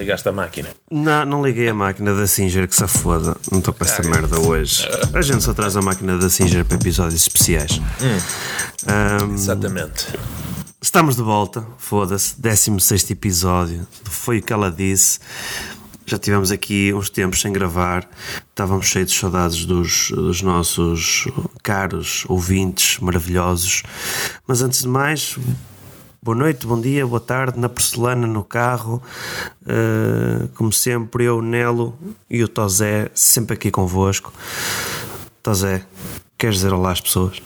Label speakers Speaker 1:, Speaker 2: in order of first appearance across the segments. Speaker 1: Ligaste a máquina.
Speaker 2: Não, não liguei a máquina da Singer que se foda. Não estou para essa merda hoje. A gente só traz a máquina da Singer para episódios especiais. Ahm,
Speaker 1: Exatamente.
Speaker 2: estamos de volta, foda-se. 16 episódio. Foi o que ela disse. Já tivemos aqui uns tempos sem gravar. Estávamos cheios de saudades dos, dos nossos caros ouvintes maravilhosos. Mas antes de mais, Boa noite, bom dia, boa tarde, na porcelana, no carro. Uh, como sempre, eu, Nelo e o Tozé, sempre aqui convosco. Tozé, queres dizer olá às pessoas?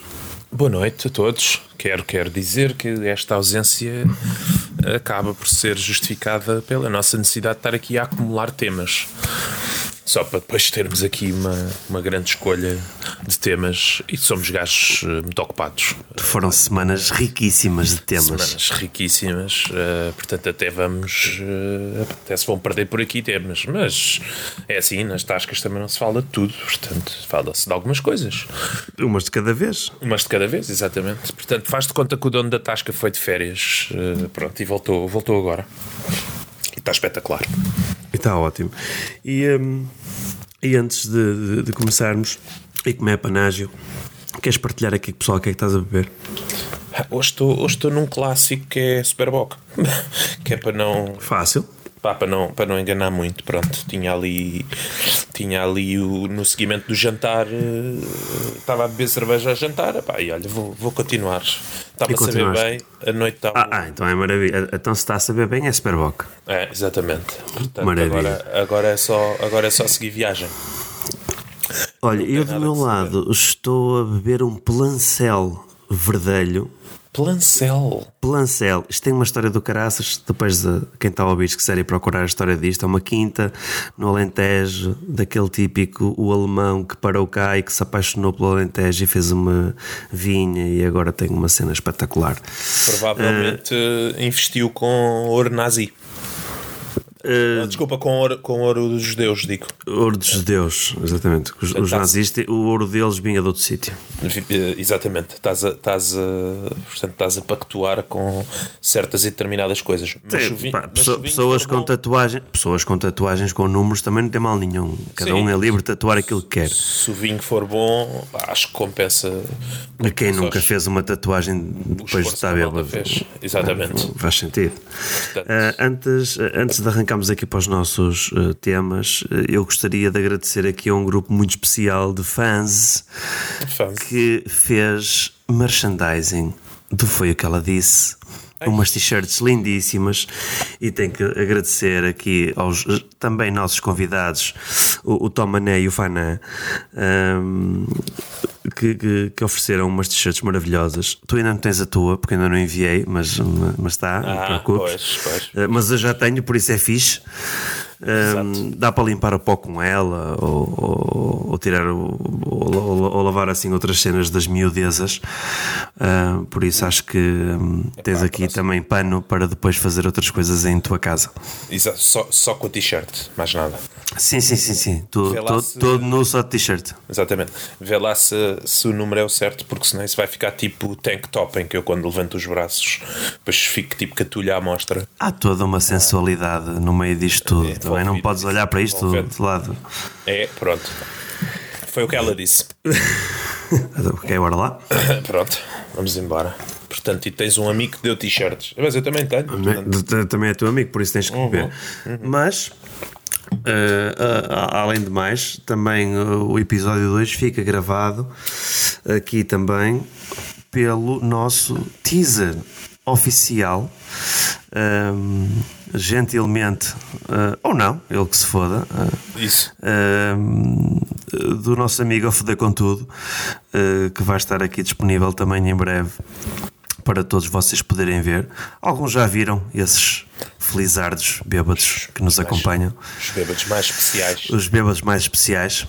Speaker 1: Boa noite a todos. Quero, quero dizer que esta ausência acaba por ser justificada pela nossa necessidade de estar aqui a acumular temas. Só para depois termos aqui uma, uma grande escolha de temas e somos gajos eh, muito ocupados.
Speaker 2: Foram semanas riquíssimas de temas.
Speaker 1: Semanas riquíssimas, eh, portanto, até vamos. eh, até se vão perder por aqui temas, mas é assim, nas tascas também não se fala de tudo, portanto, fala-se de algumas coisas.
Speaker 2: Umas de cada vez.
Speaker 1: Umas de cada vez, exatamente. Portanto, faz de conta que o dono da Tasca foi de férias eh, pronto, e voltou, voltou agora. E está espetacular.
Speaker 2: E está ótimo. E, hum, e antes de, de- de começarmos, e como é panágio, queres partilhar aqui com o pessoal o que é que estás a beber?
Speaker 1: Ah, Hoje estou, hoje estou num clássico que é Superboc. que é para não,
Speaker 2: Fácil.
Speaker 1: pá, para não, para não enganar muito. Pronto, tinha ali, tinha ali o, no seguimento do jantar, eh, estava a beber cerveja ao jantar. Epá, e olha, vou, vou continuar. Estava
Speaker 2: E
Speaker 1: a saber bem,
Speaker 2: continuaste.
Speaker 1: a noite estava.
Speaker 2: Ah, ah, então é maravilha. Então se está a saber bem, é Superboc.
Speaker 1: É, exatamente. Portanto,
Speaker 2: Maravilha.
Speaker 1: agora, agora, é só, agora é só seguir viagem.
Speaker 2: Olha, eu do
Speaker 1: nada
Speaker 2: meu
Speaker 1: que se
Speaker 2: lado estou a beber um plancel verdelho.
Speaker 1: Plancel.
Speaker 2: Plancel, isto tem uma história do caraças. Depois de quem está a ouvir, se quiser ir procurar a história disto, é uma quinta no Alentejo, daquele típico o alemão que parou cá e que se apaixonou pelo Alentejo e fez uma vinha e agora tem uma cena espetacular.
Speaker 1: Provavelmente eh, investiu com ouro nazi.
Speaker 2: Eh,
Speaker 1: Ah, Desculpa, com ouro, com ouro dos judeus, digo.
Speaker 2: Ouro dos judeus, exatamente. Os, os
Speaker 1: Tá.
Speaker 2: nazis, o ouro deles vinha de outro sítio.
Speaker 1: Vi- eh, Exatamente. Estás a, estás a, portanto, estás a pactuar com certas e determinadas coisas. Mas o
Speaker 2: Sim,
Speaker 1: vinho-
Speaker 2: pá,
Speaker 1: mas
Speaker 2: pessoa-
Speaker 1: o vinho
Speaker 2: pessoas,
Speaker 1: foi
Speaker 2: com
Speaker 1: bom.
Speaker 2: tatuagem, pessoas com tatuagens com números também não tem mal nenhum. Cada
Speaker 1: Sim.
Speaker 2: um é livre de tatuar aquilo que quer.
Speaker 1: Se o vinho for bom, pá, acho que compensa.
Speaker 2: A quem
Speaker 1: compensa
Speaker 2: nunca
Speaker 1: os-
Speaker 2: fez uma tatuagem
Speaker 1: o
Speaker 2: depois de
Speaker 1: esforço que
Speaker 2: estar
Speaker 1: a malta
Speaker 2: bêbado?
Speaker 1: fez. Exatamente.
Speaker 2: Faz sentido. Ah, antes, ah, antes de arrancarmos aqui para os nossos ah, temas, ah, eu gostaria de agradecer aqui a um grupo muito especial de fãs
Speaker 1: Fãs.
Speaker 2: que fez merchandising do Foi o que ela disse. Umas t-shirts lindíssimas e tenho que agradecer aqui aos eh, também nossos convidados, o, o Tom Mané e o Fanã, ahm, que, que- que ofereceram umas t-shirts maravilhosas. Tu ainda não tens a tua, porque ainda não enviei, mas, mas tá. está, não te
Speaker 1: Ah,
Speaker 2: preocupes.
Speaker 1: pois, pois.
Speaker 2: Eh, Mas eu já tenho, por isso é fixe. Ahm, dá para limpar o pó com ela ou, ou- ou tirar o, ou, ou- ou lavar assim outras cenas das miudezas. Ahm, por isso acho que hum, tens aqui também pano para depois fazer outras coisas em tua casa.
Speaker 1: Exa- Só, só com a t-shirt, mais nada.
Speaker 2: Sim, sim, sim, sim. Tu-
Speaker 1: Vê lá
Speaker 2: to-
Speaker 1: se-
Speaker 2: Todo nu só de t-shirt.
Speaker 1: Exatamente. Vê lá se, se o número é o certo, porque senão isso vai ficar tipo tank top, em que eu quando levanto os braços, depois fico tipo catulha à mostra.
Speaker 2: Há toda uma sensualidade no meio disto tudo.
Speaker 1: Ah.
Speaker 2: também não
Speaker 1: É envolvido.
Speaker 2: podes olhar para isto
Speaker 1: Envolvente.
Speaker 2: de lado.
Speaker 1: É, pronto. Foi o que ela disse.
Speaker 2: Ok, bora lá.
Speaker 1: Pronto, vamos embora. Portanto, e tens um amigo que deu t-shirts. Mas eu também tenho.
Speaker 2: Né?
Speaker 1: portanto.
Speaker 2: De- de- Também é teu amigo, por isso tens que beber. Mas, eh, a- a- além de mais, também eh, o episódio 2 fica gravado aqui também pelo nosso teaser oficial. Ahm, gentilmente, eh, ou não, ele que se foda. eh,
Speaker 1: Isso.
Speaker 2: Ahm, do nosso amigo a Foder com Tudo, eh, que vai estar aqui disponível também em breve para todos vocês poderem ver. Alguns já viram esses felizardos bêbados que nos acompanham,
Speaker 1: Os bêbados mais especiais.
Speaker 2: os bêbados mais especiais,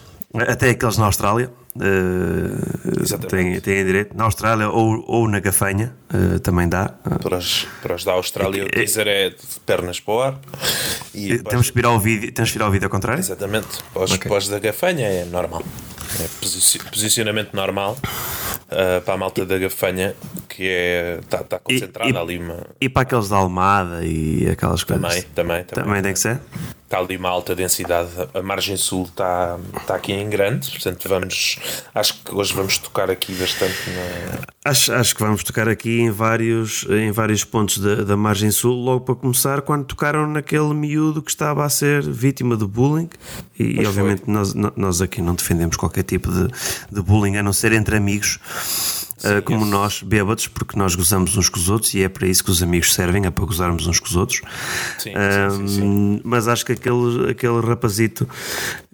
Speaker 2: até aqueles na Austrália. eh,
Speaker 1: Exatamente.
Speaker 2: têm, têm direito na Austrália ou, ou na Gafanha eh, também dá.
Speaker 1: Para os, para os da Austrália, o teaser é de pernas para o ar. E para
Speaker 2: Eh,
Speaker 1: os-
Speaker 2: temos que virar ao vídeo, temos que virar ao vídeo ao contrário.
Speaker 1: Exatamente. Pós, pós da gafanha é normal. É posi- posicionamento normal. ah, para a malta da gafanha, que é está tá concentrada ali. Uma,
Speaker 2: E para aqueles da Almada e aquelas coisas.
Speaker 1: também, também,
Speaker 2: Também tem que ser?
Speaker 1: Está ali uma alta densidade. A margem sul está, está aqui em grande, portanto vamos. Acho que hoje vamos tocar aqui bastante na.
Speaker 2: Acho, acho que vamos tocar aqui em vários, em vários pontos da, da margem sul, logo para começar, quando tocaram naquele miúdo que estava a ser vítima de bullying, e obviamente nós, no- nós aqui não defendemos qualquer tipo de, de bullying, a não ser entre amigos, ah, como nós, bêbados, porque nós gozamos uns com os outros, e é para isso que os amigos servem, é para gozarmos uns com os outros.
Speaker 1: Sim,
Speaker 2: Ah,
Speaker 1: sim, sim, sim.
Speaker 2: Mas acho que aquele, aquele rapazito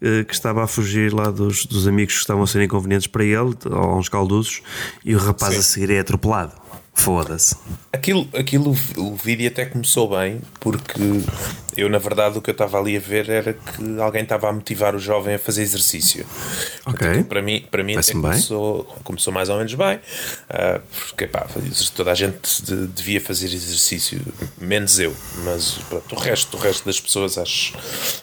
Speaker 2: eh, que estava a fugir lá dos, dos amigos que estavam a ser inconvenientes para ele, ou uns caldusos, e o rapaz
Speaker 1: Sim.
Speaker 2: a seguir é atropelado. Foda-se.
Speaker 1: Aquilo, aquilo, o vídeo até começou bem, porque eu, na verdade, o que eu estava ali a ver era que alguém estava a motivar o jovem a fazer exercício.
Speaker 2: Ok.
Speaker 1: Para mim, para mim até
Speaker 2: Parece-me bem.
Speaker 1: começou, começou mais ou menos bem, ah, porque pá, toda a gente de- devia fazer exercício, menos eu, mas pronto, o, resto, o resto das pessoas acho,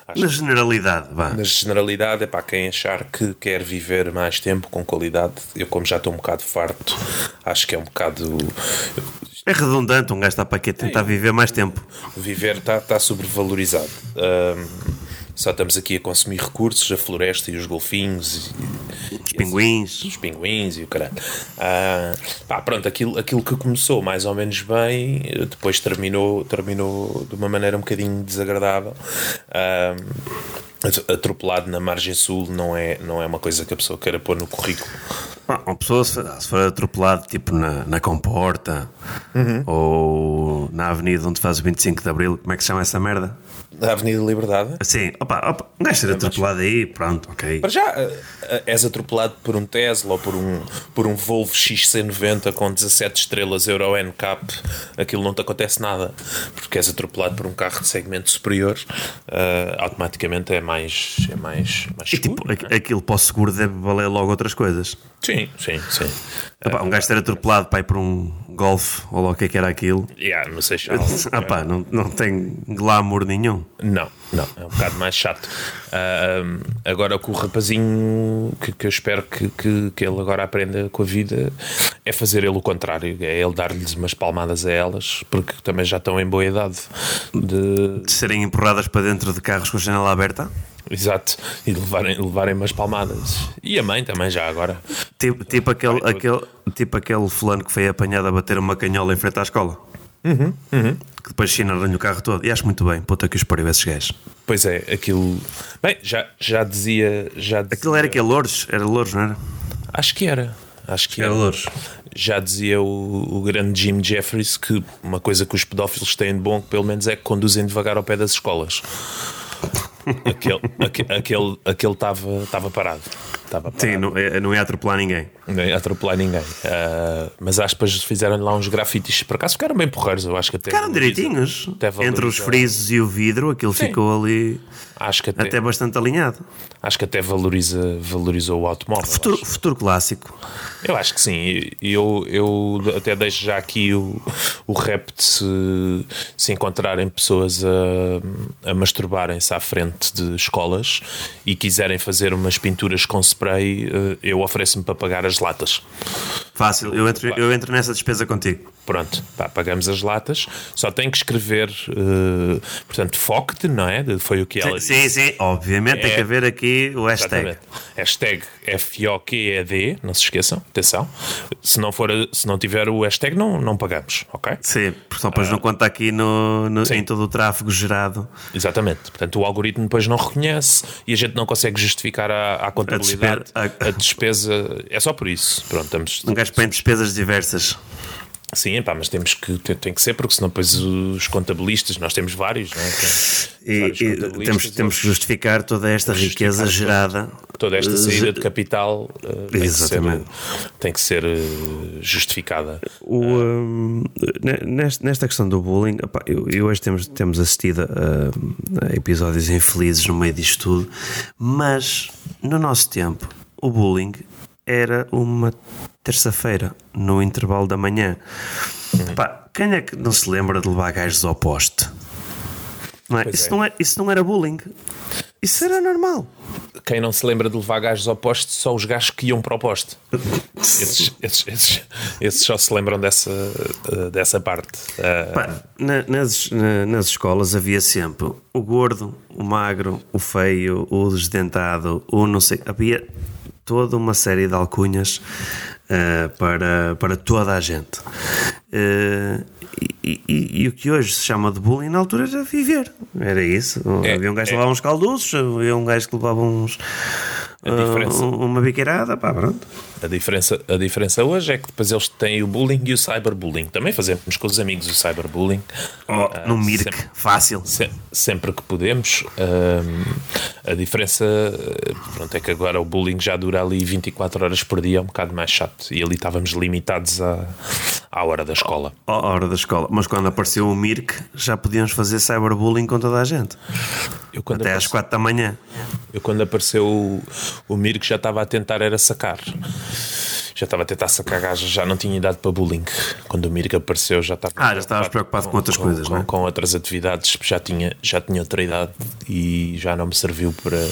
Speaker 1: acho
Speaker 2: Na generalidade, vá.
Speaker 1: na generalidade, é para quem achar que quer viver mais tempo com qualidade. Eu, como já estou um bocado farto, acho que é um bocado.
Speaker 2: É redundante um gajo está para aqui a tentar viver mais tempo.
Speaker 1: Viver está está sobrevalorizado. Ahm, só estamos aqui a consumir recursos, a floresta e os golfinhos e,
Speaker 2: Os pinguins.
Speaker 1: os pinguins e o caralho. Ah, pá, pronto, aquilo, aquilo que começou mais ou menos bem, eh, depois terminou, terminou de uma maneira um bocadinho desagradável. Ah, at- atropelado na margem sul não é, não é uma coisa que a pessoa queira pôr no currículo.
Speaker 2: Ah, Uma pessoa, se for, se for atropelado, tipo na, na comporta
Speaker 1: Uhum.
Speaker 2: ou na avenida onde faz o 25 de Abril, como é que se chama essa merda?
Speaker 1: Na Avenida Liberdade.
Speaker 2: Assim, opa, opa, um gajo ser atropelado aí, pronto, ok.
Speaker 1: Para já, ah, ah, és atropelado por um Tesla ou por um, por um Volvo XC90 com 17 estrelas Euro NCAP, aquilo não te acontece nada, porque és atropelado por um carro de segmento superior, ah, automaticamente é mais, é mais, mais
Speaker 2: E
Speaker 1: seguro,
Speaker 2: tipo,
Speaker 1: não é?
Speaker 2: aqu- aquilo para o seguro deve valer logo outras coisas.
Speaker 1: Sim, sim, sim.
Speaker 2: Epá, um gajo ter atropelado pai, por um golfe ou lá o que é que era aquilo.
Speaker 1: Yeah, no Seixal.
Speaker 2: Ah, pá, não, não tem glamour nenhum.
Speaker 1: Não, não, é um bocado mais chato. Ah, hum, agora com o rapazinho que, que eu espero que, que, que ele agora aprenda com a vida é fazer ele o contrário, é ele dar-lhes umas palmadas a elas, porque também já estão em boa idade de
Speaker 2: De serem empurradas para dentro de carros com a janela aberta.
Speaker 1: exato e de levarem, levarem umas palmadas. E a mãe também já agora.
Speaker 2: Tipo, tipo, aquele, aquele, tipo aquele fulano que foi apanhado a bater uma canhola em frente à escola. Que depois chinaram-lhe o carro todo. E acho muito bem, puta que os pariu esses gajos.
Speaker 1: Pois é, aquilo. Bem, já, já dizia. Já dizia-
Speaker 2: Aquilo era que é Louros? Era Louros, não era?
Speaker 1: Acho que era. Acho que era.
Speaker 2: Louros.
Speaker 1: Já dizia o, o grande Jim Jeffries que uma coisa que os pedófilos têm de bom, que pelo menos, é que conduzem devagar ao pé das escolas. Aquele estava aquele, aquele tava, tava parado. Estava parado.
Speaker 2: Sim, não, é- não ia atropelar ninguém.
Speaker 1: Não ia atropelar ninguém. Ah, mas aspas fizeram lá uns grafites. Por acaso ficaram bem porreiros, eu acho que até.
Speaker 2: Ficaram
Speaker 1: valoriza-
Speaker 2: direitinhos.
Speaker 1: até valoriza-
Speaker 2: Entre os frisos e o vidro, aquilo ficou ali
Speaker 1: Acho que até,
Speaker 2: até bastante alinhado.
Speaker 1: acho que até valoriza, valorizou o automóvel.
Speaker 2: Futuro, futuro clássico.
Speaker 1: Eu acho que sim. E Eu, eu até deixo já aqui o, o rap de se, se encontrarem pessoas a, a masturbarem-se à frente de escolas e quiserem fazer umas pinturas com spray, eh, eu ofereço-me para pagar as latas.
Speaker 2: Fácil, eu entro, eu entro nessa despesa contigo.
Speaker 1: Pronto, pá, pagamos as latas. Só tem que escrever, eh, portanto, foct, não é? De- Foi o que ela disse. É.
Speaker 2: Sim, sim, obviamente tem que haver aqui o hashtag.
Speaker 1: Exatamente. Hashtag FIOQED, não se esqueçam, atenção. Se não, for, a- se não tiver o hashtag, não, não pagamos, ok?
Speaker 2: Sim, porque só
Speaker 1: Ah.
Speaker 2: depois não conta aqui no, no- em todo o tráfego gerado
Speaker 1: Exatamente. Portanto, o algoritmo depois não reconhece e a gente não consegue justificar à, à contabilidade a,
Speaker 2: A despe- a-
Speaker 1: despesa. É só por isso. Pronto, estamos.
Speaker 2: um gajo põe despesas diversas.
Speaker 1: Sim, pá, mas temos que, tem, tem que ser, porque senão depois os contabilistas, nós temos vários, não é? Tem
Speaker 2: E,
Speaker 1: vários
Speaker 2: e
Speaker 1: contabilistas,
Speaker 2: temos, temos que justificar toda esta riqueza gerada.
Speaker 1: Toda esta
Speaker 2: Eh,
Speaker 1: saída de capital eh, tem, que ser,
Speaker 2: Exatamente.
Speaker 1: tem que ser eh, justificada.
Speaker 2: O,
Speaker 1: Ah.
Speaker 2: hum, ne- nest- nesta questão do bullying, opá, eu, eu hoje temos, temos assistido a, a episódios infelizes no meio disto tudo, mas no nosso tempo o bullying era uma terça-feira, no intervalo da manhã. Pá, quem é que não se lembra de levar gajos ao poste? Não é? Isso,
Speaker 1: é.
Speaker 2: Não é, isso não era bullying. Isso era normal.
Speaker 1: Quem não se lembra de levar gajos ao poste, só os gajos que iam para o poste. Esses, esses, esses, esses só se lembram dessa, uh, dessa parte. Uh,
Speaker 2: Pá, na- nas, na- nas escolas havia sempre o gordo, o magro, o feio, o desdentado, o não sei. Havia toda uma série de alcunhas eh, para, para toda a gente. Eh, e, e- e o que hoje se chama de bullying na altura era viver. Era isso.
Speaker 1: É,
Speaker 2: havia um gajo
Speaker 1: é.
Speaker 2: que levava uns calduços, havia um gajo que levava uns.
Speaker 1: diferença.
Speaker 2: ah, uma biqueirada, pá, pronto.
Speaker 1: a, diferença, a diferença hoje é que depois eles têm o bullying e o cyberbullying. Também fazemos com os amigos o cyberbullying.
Speaker 2: Oh,
Speaker 1: Ah,
Speaker 2: num Mirk,
Speaker 1: sempre-
Speaker 2: fácil.
Speaker 1: Se- sempre que podemos. Ahm, a diferença eh, pronto, é que agora o bullying já dura ali 24 horas por dia, é um bocado mais chato. E ali estávamos limitados à, à hora da escola.
Speaker 2: à hora da escola. Mas quando apareceu o Mirk, já podíamos fazer cyberbullying com toda a gente.
Speaker 1: Eu quando,
Speaker 2: Até às
Speaker 1: apareceu,
Speaker 2: 4 da manhã.
Speaker 1: eu quando apareceu o, o Mir que já estava a tentar era sacar. Já estava a tentar sacar gajas, já não tinha idade para bullying. Quando o Mir que apareceu já estava.
Speaker 2: Ah, já estavas preocupado com outras coisas,
Speaker 1: com,
Speaker 2: não é?
Speaker 1: com outras atividades, já tinha, já tinha outra idade e já não me serviu para,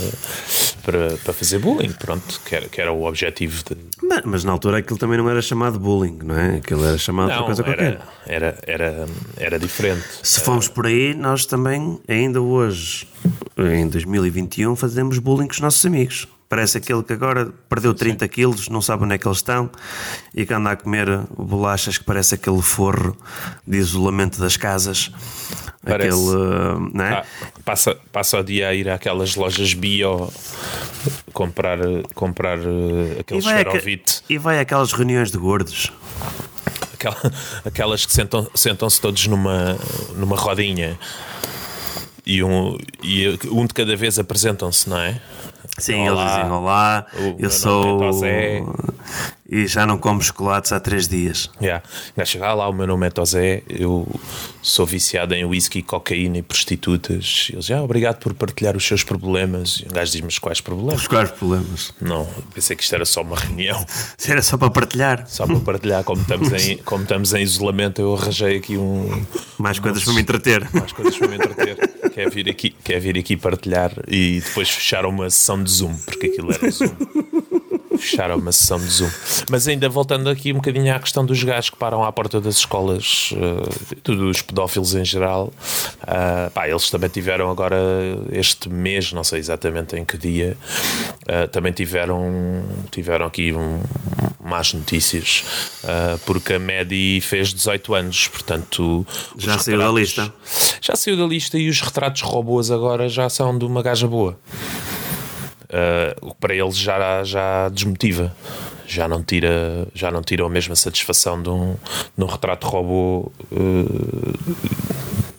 Speaker 1: para, para fazer bullying, pronto, que era, que era o objetivo de,
Speaker 2: Ma- Mas, na altura aquilo também não era chamado bullying, não é? Aquilo era chamado outra
Speaker 1: Não,
Speaker 2: coisa
Speaker 1: era,
Speaker 2: qualquer.
Speaker 1: era, era, era diferente.
Speaker 2: Se fomos por aí, nós também, ainda hoje, em 2021, fazemos bullying com os nossos amigos. Parece aquele que agora perdeu 30 quilos, não sabe onde é que eles estão e que anda a comer bolachas que parece aquele forro de isolamento das casas.
Speaker 1: Parece.
Speaker 2: Aquele. Não é?
Speaker 1: Ah, passa, passa o dia a ir àquelas lojas bio comprar, comprar eh, aquele
Speaker 2: aque-
Speaker 1: esferovite,
Speaker 2: e vai àquelas reuniões de gordos.
Speaker 1: aquela, aquelas que sentam- sentam-se todos numa, numa rodinha e um, e um de cada vez apresentam-se, não é?
Speaker 2: Sim,
Speaker 1: Olá.
Speaker 2: eles dizem olá,
Speaker 1: O meu nome é
Speaker 2: eu sou.
Speaker 1: Tosé."
Speaker 2: E já não como chocolates há três dias.
Speaker 1: Yeah. O gajo chega, "Ah, lá, o meu nome é Tosé, eu sou viciado em whisky, cocaína e prostitutas. Eles, ah, obrigado por partilhar os seus problemas. E o gajo diz, mas quais problemas?
Speaker 2: Os quais problemas?
Speaker 1: Não, pensei que isto era só uma reunião,
Speaker 2: Se era só para partilhar,
Speaker 1: só para partilhar. Como estamos em, como estamos em isolamento, eu arranjei aqui um,
Speaker 2: mais coisas para me entreter.
Speaker 1: mais coisas para me entreter. Quer vir, aqui, quer vir aqui partilhar e depois fechar uma sessão de Zoom, porque aquilo era Zoom. Fecharam uma sessão de Zoom. Mas ainda voltando aqui um bocadinho à questão dos gajos que param à porta das escolas, eh, dos pedófilos em geral, ah, pá, eles também tiveram agora este mês, não sei exatamente em que dia, ah, também tiveram, tiveram aqui um, más notícias, ah, porque a Medi fez 18 anos, portanto. os
Speaker 2: Já saiu da
Speaker 1: retratos-
Speaker 2: lista.
Speaker 1: Já saiu da lista e os retratos robôs agora já são de uma gaja boa. Uh, o que para eles já, já desmotiva. Já não, tira, já não tira a mesma satisfação de um, de um retrato robô uh,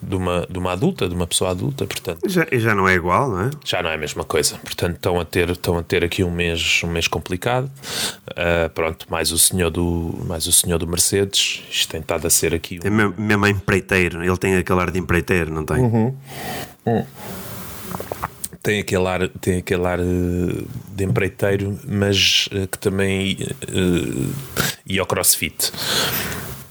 Speaker 1: de, uma, de uma adulta, de uma pessoa adulta, portanto.
Speaker 2: Já, e já não é igual, não é?
Speaker 1: Já não é a mesma coisa, portanto estão a ter, estão a ter aqui um mês, um mês complicado. Uh, pronto, mais o senhor do, mais o senhor do Mercedes, isto tem estado a ser aqui
Speaker 2: É
Speaker 1: um,
Speaker 2: mesmo, mesmo empreiteiro, ele tem aquele ar de empreiteiro, não tem?
Speaker 1: tem aquele ar, tem aquele ar eh, de empreiteiro, mas eh, que também eh, ia ao crossfit.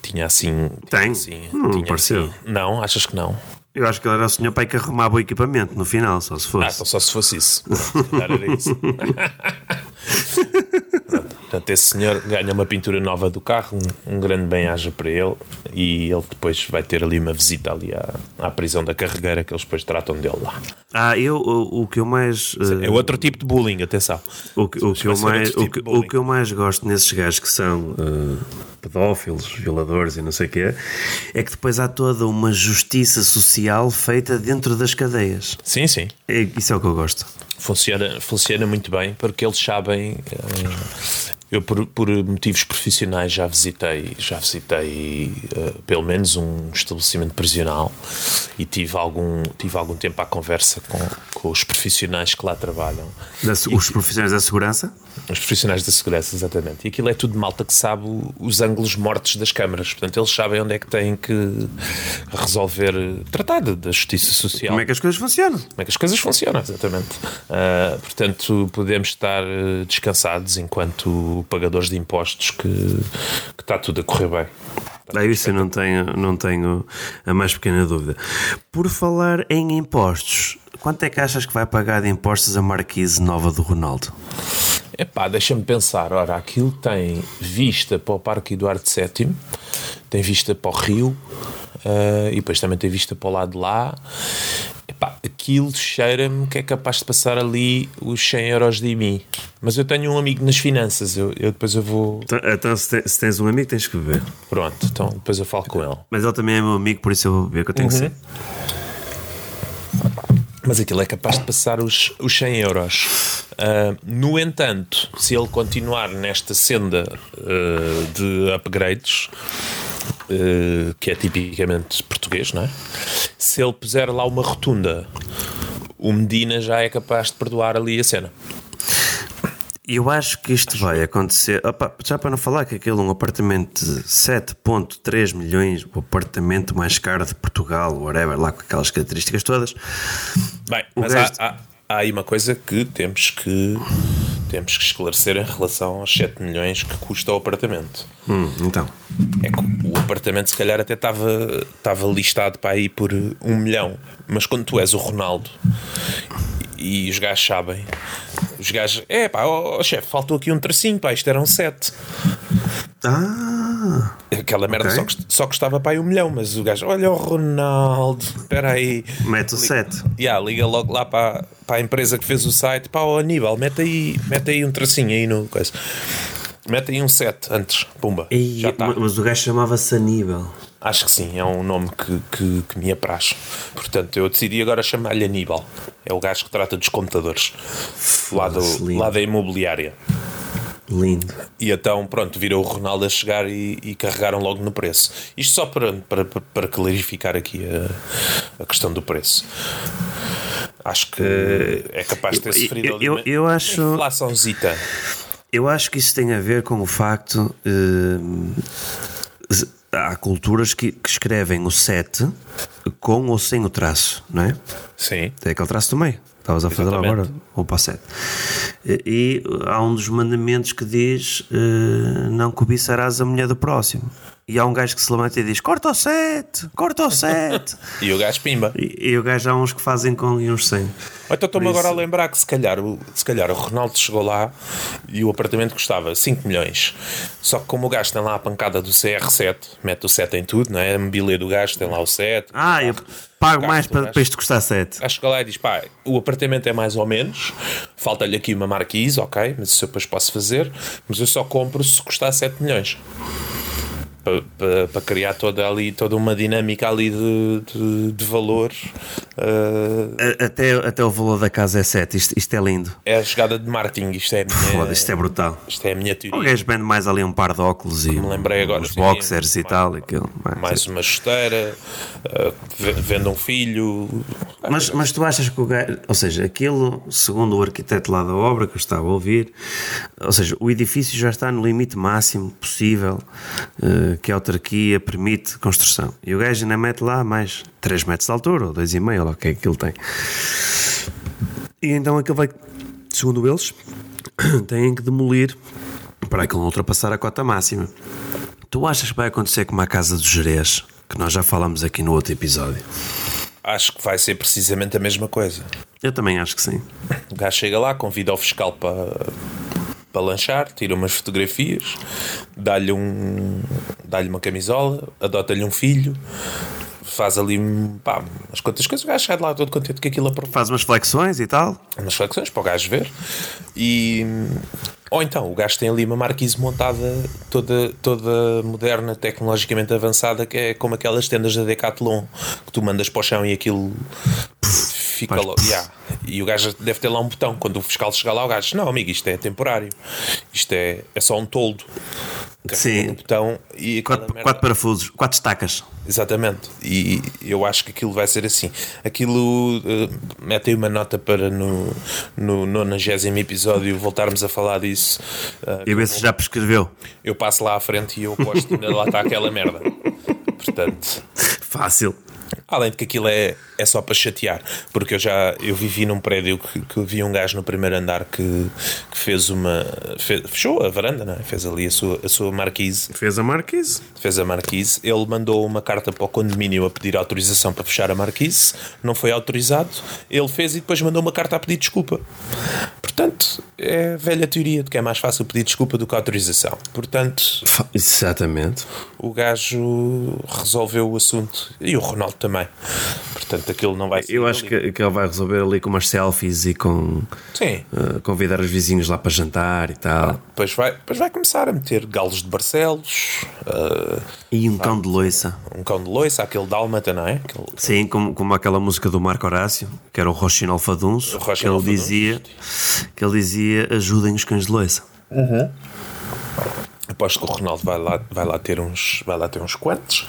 Speaker 1: Tinha assim. tinha
Speaker 2: Tem? Hum,
Speaker 1: assim-
Speaker 2: Não me pareceu.
Speaker 1: assim- Não, achas que não?
Speaker 2: Eu acho que ele era o senhor pai que arrumava o equipamento no final, só se
Speaker 1: Ah,
Speaker 2: fosse.
Speaker 1: então só se fosse isso. Pronto, se calhar era isso. Portanto, esse senhor ganha uma pintura nova do carro, um, um grande bem-aja para ele, e ele depois vai ter ali uma visita ali à, à prisão da carregueira que eles depois tratam dele lá.
Speaker 2: Ah, eu, o, o que eu mais. eh,
Speaker 1: É outro tipo de bullying, atenção.
Speaker 2: O que, o, que eu
Speaker 1: vai ser
Speaker 2: mais,
Speaker 1: outro
Speaker 2: o,
Speaker 1: tipo
Speaker 2: que,
Speaker 1: de bullying.
Speaker 2: o que eu mais gosto nesses gajos que são eh, pedófilos, violadores e não sei o quê, é que depois há toda uma justiça social feita dentro das cadeias.
Speaker 1: Sim, sim.
Speaker 2: É- isso é o que eu gosto.
Speaker 1: Funciona, funciona muito bem porque eles sabem. eh, Eu, por, por motivos profissionais, já visitei, já visitei eh, pelo menos um estabelecimento prisional e tive algum, tive algum tempo à conversa com, com os profissionais que lá trabalham.
Speaker 2: Da se- os profissionais da segurança?
Speaker 1: Os profissionais da segurança, exatamente. E aquilo é tudo malta que sabe o- os ângulos mortos das câmaras. Portanto, eles sabem onde é que têm que resolver, eh, tratar de- da justiça social
Speaker 2: Como é que as coisas funcionam?
Speaker 1: como é que as coisas funcionam, exatamente. Ah, portanto, podemos estar eh, descansados enquanto pagadores de impostos que, que está tudo a correr bem.
Speaker 2: Ah, isso eu não tenho, não tenho a mais pequena dúvida. Por falar em impostos, quanto é que achas que vai pagar de impostos a Marquise Nova do Ronaldo?
Speaker 1: Epá, deixa-me pensar. Ora, aquilo tem vista para o Parque Eduardo VII, tem vista para o Rio ah, e depois também tem vista para o lado de lá. Epá, aquilo cheira-me que é capaz de passar ali os 100 euros de mim. Mas eu tenho um amigo nas finanças, eu, eu depois eu vou.
Speaker 2: Então, então se, te- se tens um amigo, tens que beber.
Speaker 1: Pronto, então depois eu falo com ele.
Speaker 2: Mas ele também é meu amigo, por isso eu vou beber, que eu tenho que ser.
Speaker 1: Mas aquilo é capaz de passar os, os 100 euros. Ah, no entanto, se ele continuar nesta senda ah, de upgrades, ah, que é tipicamente português, não é? Se ele puser lá uma rotunda, o Medina já é capaz de perdoar ali a cena.
Speaker 2: Eu acho que isto vai acontecer. Opa, já para não falar que aquilo é um apartamento de 7,3 milhões, o apartamento mais caro de Portugal, whatever, lá com aquelas características todas.
Speaker 1: Bem,
Speaker 2: O
Speaker 1: mas
Speaker 2: resto-
Speaker 1: há, há- há aí uma coisa que temos que temos que esclarecer em relação aos 7 milhões que custa o apartamento.
Speaker 2: Hum, então.
Speaker 1: É que o apartamento se calhar até estava estava listado para aí por eh, um milhão, mas quando tu és o Ronaldo e os gajos sabem, os gajos, é pá, ó, ó, chefe, faltou aqui um tracinho, pá, isto eram sete.
Speaker 2: Ah!
Speaker 1: Aquela merda
Speaker 2: Ok.
Speaker 1: só, cust- só custava para aí um milhão, mas o gajo, olha o Ronaldo, espera aí.
Speaker 2: Mete o
Speaker 1: Li-
Speaker 2: sete.
Speaker 1: Ya, liga logo lá para, para a empresa que fez o site, pá, ó Aníbal, mete aí, mete aí um tracinho aí no coisa. Mete aí um sete antes, pumba.
Speaker 2: Ei,
Speaker 1: já está.
Speaker 2: Mas o gajo chamava-se Aníbal.
Speaker 1: Acho que sim, é um nome que, que, que me apraz. Portanto, eu decidi agora chamar-lhe Aníbal. É o gajo que trata dos computadores lá, do-
Speaker 2: Foda-se, lindo.
Speaker 1: lá da imobiliária.
Speaker 2: Lindo.
Speaker 1: E então, pronto, virou o Ronaldo a chegar e, e carregaram logo no preço. Isto só para, para, para clarificar aqui a, a questão do preço. Acho que é capaz de ter
Speaker 2: Eh, eu-
Speaker 1: sofrido
Speaker 2: eu-
Speaker 1: ali
Speaker 2: eu-
Speaker 1: uma-
Speaker 2: eu acho-
Speaker 1: uma inflaçãozita.
Speaker 2: Eu acho que isso tem a ver com o facto. hum, z- há culturas que, que escrevem o 7 com ou sem o traço, não é?
Speaker 1: Sim.
Speaker 2: Tem aquele traço do meio. Estavas a fazer
Speaker 1: Exatamente.
Speaker 2: agora, ou para o 7. E, e há um dos mandamentos que diz: eh, Não cobiçarás a mulher do próximo. E há um gajo que se levanta e diz: Corta o 7, corta o 7.
Speaker 1: E o gajo pimba.
Speaker 2: e, e o gajo há uns que fazem com e uns sem.
Speaker 1: Ou Então estou-me
Speaker 2: Por isso-
Speaker 1: agora a lembrar que se calhar, o, se calhar o Ronaldo chegou lá e o apartamento custava 5 milhões. Só que como o gajo tem lá a pancada do CR7, mete o 7 em tudo, não é? A mobília do gajo tem lá o 7.
Speaker 2: Ah, eu pago mais para,
Speaker 1: gajo.
Speaker 2: para isto custar 7.
Speaker 1: Acho que lá e diz: pá, o apartamento é mais ou menos, falta-lhe aqui uma marquise, ok, mas isso eu depois posso fazer, mas eu só compro se custar 7 milhões. Para, para, para criar toda ali toda uma dinâmica ali de, de, de valor. eh,
Speaker 2: A- Até, até o valor da casa é 7, isto, isto é lindo.
Speaker 1: é a jogada de marketing, isto é a minha,
Speaker 2: Foda, isto é brutal.
Speaker 1: isto é a minha teoria.
Speaker 2: O gajo vende mais ali um par de óculos e
Speaker 1: me lembrei agora, sim,
Speaker 2: uns boxers e
Speaker 1: mais-
Speaker 2: tal. Aquilo,
Speaker 1: mais uma chuteira, ah, ve- vendo um filho.
Speaker 2: Mas, mas tu achas que o gajo, ou seja, aquilo, segundo o arquiteto lá da obra que eu estava a ouvir, ou seja, o edifício já está no limite máximo possível eh, que a autarquia permite construção. E o gajo ainda mete lá mais 3 metros de altura, ou 2,5, ou lá o que é que aquilo tem. E então aquilo vai, segundo eles, têm que demolir para aquilo não ultrapassar a cota máxima. Tu achas que vai acontecer como a casa dos Jerez, que nós já falamos aqui no outro episódio?
Speaker 1: Acho que vai ser precisamente a mesma coisa.
Speaker 2: Eu também acho que sim.
Speaker 1: O gajo chega lá, convida o fiscal para, para lanchar, tira umas fotografias, dá-lhe um, dá uma camisola, adota-lhe um filho, faz ali um, pá, umas quantas coisas. O gajo sai de lá todo contente que aquilo aprovou.
Speaker 2: faz umas flexões e tal.
Speaker 1: umas facções para o gajo ver. E, ou então, o gajo tem ali uma marquise montada toda, toda moderna, tecnologicamente avançada, que é como aquelas tendas da Decathlon que tu mandas para o chão e aquilo fica
Speaker 2: Faz
Speaker 1: logo. Yeah. E o gajo deve ter lá um botão. Quando o fiscal chegar lá, o gajo diz: Não, amigo, isto é temporário. Isto é, é só um toldo. Carrega
Speaker 2: Sim.
Speaker 1: no botão e aquela
Speaker 2: Quatro,
Speaker 1: merda-
Speaker 2: quatro parafusos, quatro estacas.
Speaker 1: Exatamente, e eu acho que aquilo vai ser assim. Aquilo eh, metem uma nota para no, no 90 episódio voltarmos a falar disso. Eh,
Speaker 2: E vê se já prescreveu.
Speaker 1: eu passo lá à frente e eu gosto ainda lá está aquela merda. Portanto,
Speaker 2: Fácil.
Speaker 1: além de que aquilo é, é só para chatear, porque eu já eu vivi num prédio que, que eu vi um gajo no primeiro andar que, que fez uma. fe- fechou a varanda, não é? Fez ali a sua, a sua marquise
Speaker 2: Fez a marquise.
Speaker 1: fez a marquise, ele mandou uma carta para o condomínio a pedir autorização para fechar a marquise, não foi autorizado, ele fez e depois mandou uma carta a pedir desculpa. Portanto, é a velha teoria de que é mais fácil pedir desculpa do que autorização. Portanto,
Speaker 2: Fa- Exatamente.
Speaker 1: o gajo resolveu o assunto e o Ronaldo também. Portanto, aquilo não vai ser.
Speaker 2: Eu acho
Speaker 1: ali.
Speaker 2: que, que ele vai resolver ali com umas selfies e com
Speaker 1: Sim.
Speaker 2: eh, convidar os vizinhos lá para jantar e tal.
Speaker 1: Depois vai, depois vai começar a meter galos de Barcelos, ah,
Speaker 2: E um cão de loiça.
Speaker 1: um cão de loiça, aquele dálmata, não é? Aquele,
Speaker 2: Sim, como, como aquela música do Marco Horácio, que era o Roxinho Alfadunço,
Speaker 1: O Roxinho
Speaker 2: que ele
Speaker 1: Alfadunço.
Speaker 2: dizia que ele dizia ajudem os cães de loiça.
Speaker 1: Aposto que o Ronaldo vai lá, vai lá, ter, uns, vai lá ter uns quantos.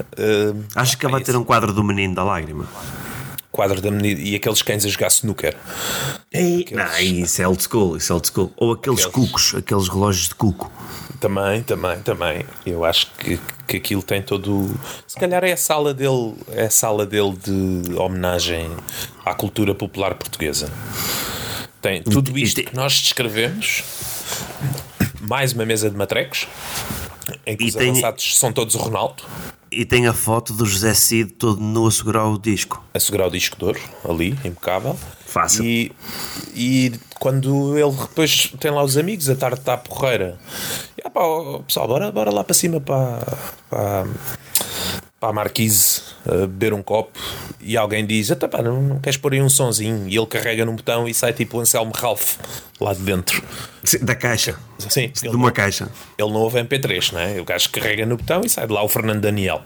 Speaker 1: Ah,
Speaker 2: Acho que ele vai ter um quadro do menino da lágrima.
Speaker 1: quadro da menina e aqueles cães a jogar snooker.
Speaker 2: Não, isso é old school, isso é old school. Ou aqueles
Speaker 1: Aqueles.
Speaker 2: cucos, aqueles relógios de cuco.
Speaker 1: Também, também, também. Eu acho que, que aquilo tem todo. o- Se calhar é a sala dele, é a sala dele de homenagem à cultura popular portuguesa. Tem tudo
Speaker 2: e
Speaker 1: isto
Speaker 2: tem-
Speaker 1: que nós descrevemos, mais uma mesa de matrecos, em que
Speaker 2: E
Speaker 1: os
Speaker 2: tem-
Speaker 1: avançados são todos o Ronaldo,
Speaker 2: E tem a foto do José Cid todo nu a segurar o disco.
Speaker 1: a segurar o disco de ouro, ali, impecável.
Speaker 2: Fácil.
Speaker 1: E, e quando ele depois tem lá os amigos, a tarde está a porreira. E, ah, pá, ó, pessoal, bora, bora lá para cima para, para, para a Marquise a beber um copo. E alguém diz: "Até pá, não, não queres pôr aí um sonzinho? E ele carrega num botão e sai tipo o Anselmo Ralph lá de dentro.
Speaker 2: Sim, Da caixa.
Speaker 1: Sim, ele,
Speaker 2: De uma caixa.
Speaker 1: ele não ouve MP3, não é? O gajo carrega no botão e sai de lá o Fernando Daniel.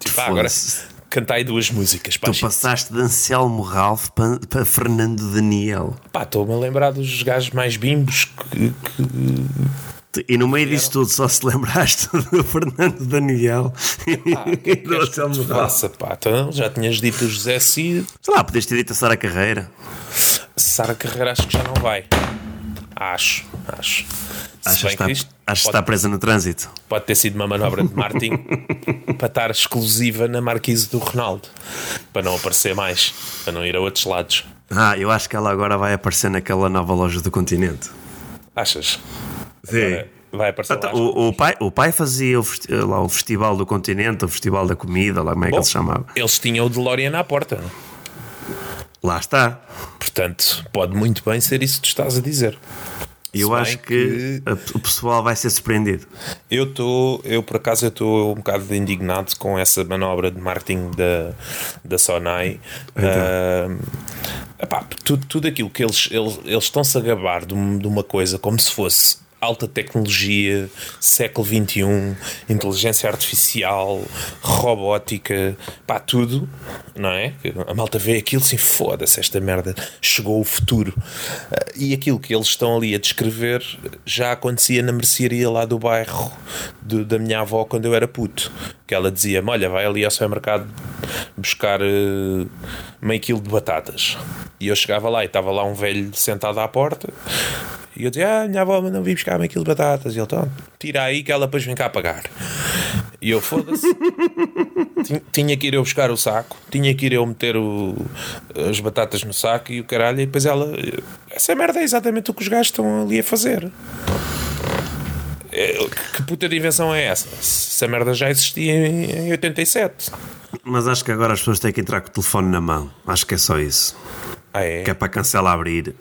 Speaker 1: Tipo, ah, agora
Speaker 2: Foda-se.
Speaker 1: cantai duas músicas. Pá,
Speaker 2: Tu passaste de Anselmo Ralph para, para Fernando Daniel.
Speaker 1: Pá, estou-me a lembrar dos gajos mais bimbos que, que-
Speaker 2: E no meio disso tudo só se lembraste do Fernando Daniel e do
Speaker 1: queres Ah, que eu
Speaker 2: Anselmo
Speaker 1: te
Speaker 2: Ralph.
Speaker 1: faça, pá? Então, já tinhas dito o José Cid,
Speaker 2: Sei lá, podias ter dito a Sara Carreira.
Speaker 1: Sara Carreira acho que já não vai. Acho, acho. Se
Speaker 2: Acho que
Speaker 1: bem
Speaker 2: está,
Speaker 1: que isto
Speaker 2: acho que tá-
Speaker 1: pode,
Speaker 2: está presa no trânsito.
Speaker 1: pode ter sido uma manobra de Martin para estar exclusiva na marquise do Ronaldo. Para não aparecer mais, para não ir a outros lados.
Speaker 2: Ah, eu acho que ela agora vai aparecer naquela nova loja do continente.
Speaker 1: Achas?
Speaker 2: Sim. Então,
Speaker 1: Vai aparecer lá.
Speaker 2: Tá, O, o pai, o pai fazia o festi- lá o Festival do Continente, o Festival da Comida, lá como é que
Speaker 1: Bom,
Speaker 2: ele se chamava.
Speaker 1: Eles tinham o DeLorean à porta.
Speaker 2: Lá está.
Speaker 1: Portanto, pode muito bem ser isso que tu estás a dizer.
Speaker 2: E eu
Speaker 1: bem
Speaker 2: acho que,
Speaker 1: que-
Speaker 2: a- o pessoal vai ser surpreendido.
Speaker 1: Eu estou, eu por acaso eu estou um bocado indignado com essa manobra de marketing da, da Sonai. Ah, epá, tudo, tudo aquilo que eles eles eles estão-se a gabar de, um- de uma coisa como se fosse alta tecnologia, século XXI, inteligência artificial, robótica, pá, tudo, não é? A malta vê aquilo assim, foda-se, esta merda chegou o futuro. Ah, E aquilo que eles estão ali a descrever já acontecia na mercearia lá do bairro do- da minha avó quando eu era puto. Que ela dizia-me: Olha, vai ali ao supermercado buscar eh, meio quilo de batatas. E eu chegava lá e estava lá um velho sentado à porta. E eu dizia: Ah, minha avó não vim buscar meio quilo de batatas. E ele: Então, tira aí que ela depois vem cá pagar. E eu: Foda-se. Tin- tinha que ir eu buscar o saco, tinha que ir eu meter o- as batatas no saco e o caralho, e depois ela. Essa merda é exatamente o que os gajos estão ali a fazer. É, Que puta de invenção é essa? Essa merda já existia em em 87.
Speaker 2: Mas acho que agora as pessoas têm que entrar com o telefone na mão. Acho que é só isso.
Speaker 1: Ah, é?
Speaker 2: Que é para cancelar abrir.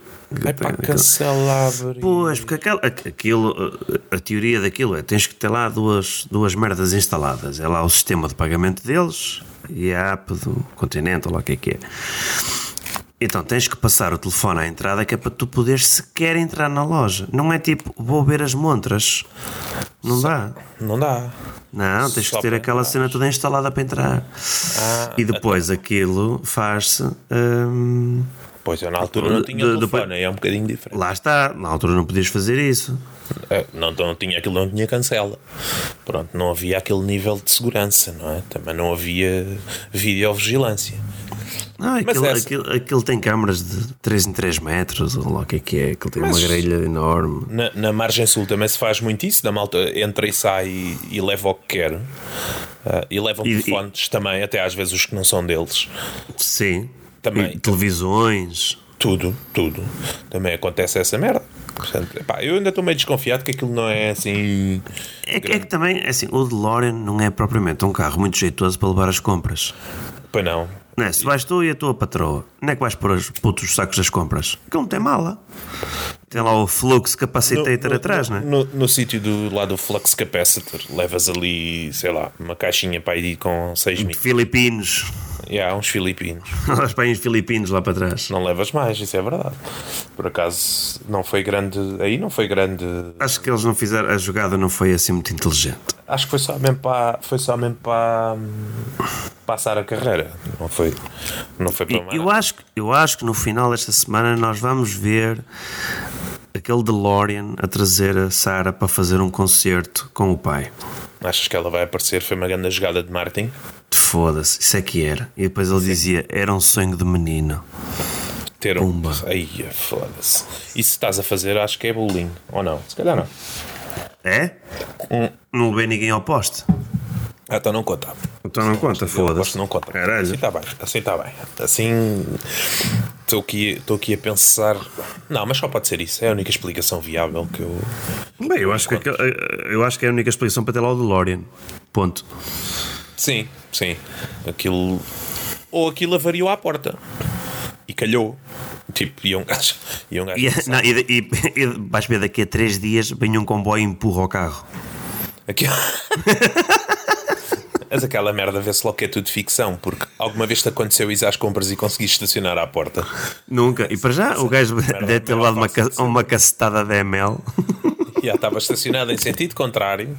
Speaker 1: É pá, cancelar.
Speaker 2: Pois, porque aquela, aqu- aquilo, a, a teoria daquilo é tens que ter lá duas, duas merdas instaladas. É lá o sistema de pagamento deles e é a app do continente, ou lá o que é que é. Então tens que passar o telefone à entrada que é para tu poderes sequer entrar na loja. Não é tipo, vou ver as montras. Não dá.
Speaker 1: Não dá.
Speaker 2: Não, tens
Speaker 1: Só
Speaker 2: que ter
Speaker 1: para Ah,
Speaker 2: aquela cena toda instalada para entrar. e depois
Speaker 1: então.
Speaker 2: aquilo faz-se. hum,
Speaker 1: Pois eu na altura não tinha
Speaker 2: De- de-
Speaker 1: telefone, é um bocadinho diferente.
Speaker 2: lá está. Na altura não podias fazer isso.
Speaker 1: É, Não, não tinha aquilo, não tinha cancela. Pronto, não havia aquele nível de segurança, não é? Também não havia videovigilância.
Speaker 2: Não, aquilo,
Speaker 1: essa-
Speaker 2: aquilo, aquilo tem câmaras de 3 em 3 metros, ou lá o que é que é, aquilo tem
Speaker 1: Mas-
Speaker 2: uma grelha enorme.
Speaker 1: Na, na margem sul também se faz muito isso, da malta entra e sai e, e leva o que quer. Ah, e levam
Speaker 2: E- e-
Speaker 1: telefones também, até às vezes os que não são deles.
Speaker 2: Sim.
Speaker 1: Também.
Speaker 2: E televisões.
Speaker 1: Tudo, tudo. Também acontece essa merda. Portanto, epá, eu ainda estou meio desconfiado que aquilo não é assim.
Speaker 2: É, que- é que também, é assim, o DeLorean não é propriamente um carro muito jeitoso para levar as compras.
Speaker 1: Pois não.
Speaker 2: Não é? Se vais tu e a tua patroa, onde é que vais pôr os putos sacos das compras? Que não tem mala. Tem lá o Flux Capacitator atrás,
Speaker 1: no,
Speaker 2: não é?
Speaker 1: No, no sítio do, lá do flux capacitor, levas ali, sei lá, uma caixinha para ir com 6 mil.
Speaker 2: é? Filipinos.
Speaker 1: Yeah, uns filipinos.
Speaker 2: Os pais filipinos lá para trás.
Speaker 1: Não levas mais, isso é verdade. Por acaso, não foi grande. Aí não foi grande.
Speaker 2: Acho que eles não fizeram. A jogada não foi assim muito inteligente.
Speaker 1: Acho que foi só mesmo para. Foi só mesmo para. hum, Passar a carreira. Não foi. Não foi para mais.
Speaker 2: Eu acho, que- eu acho que no final desta semana nós vamos ver aquele DeLorean a trazer a Sara para fazer um concerto com o pai.
Speaker 1: Achas que ela vai aparecer? Foi uma grande jogada de Martin.
Speaker 2: Foda-se, isso é que era. E depois ele dizia: era um sonho de menino.
Speaker 1: Ter um.
Speaker 2: Pumba.
Speaker 1: Aí, foda-se. E se estás a fazer, acho que é bullying. Ou não? Se calhar não.
Speaker 2: É? Não levei ninguém ao poste.
Speaker 1: Ah, então não conta.
Speaker 2: Então não conta,
Speaker 1: Posso
Speaker 2: foda-se.
Speaker 1: não conta. Assim
Speaker 2: Caralho.
Speaker 1: está bem. Assim está bem. Assim. Estou aqui, estou aqui a pensar. Não, mas só pode ser isso. É a única explicação viável que eu.
Speaker 2: Bem, eu acho, que aquele- eu acho que é a única explicação para ter lá o DeLorean. Ponto.
Speaker 1: Sim, sim. Aquilo. Ou aquilo avariou à porta. E calhou. Tipo, e um gajo. E um gajo.
Speaker 2: E, é, não, e- e- e vais ver daqui a três dias vem um comboio e empurra o carro.
Speaker 1: Aqui- Mas aquela merda vê-se logo que é tudo ficção, porque alguma vez te aconteceu ir às compras e conseguiste estacionar à porta.
Speaker 2: Nunca. E para já o gajo deve ter levado uma, ca- uma cacetada de ML.
Speaker 1: Já estava estacionado em sentido contrário.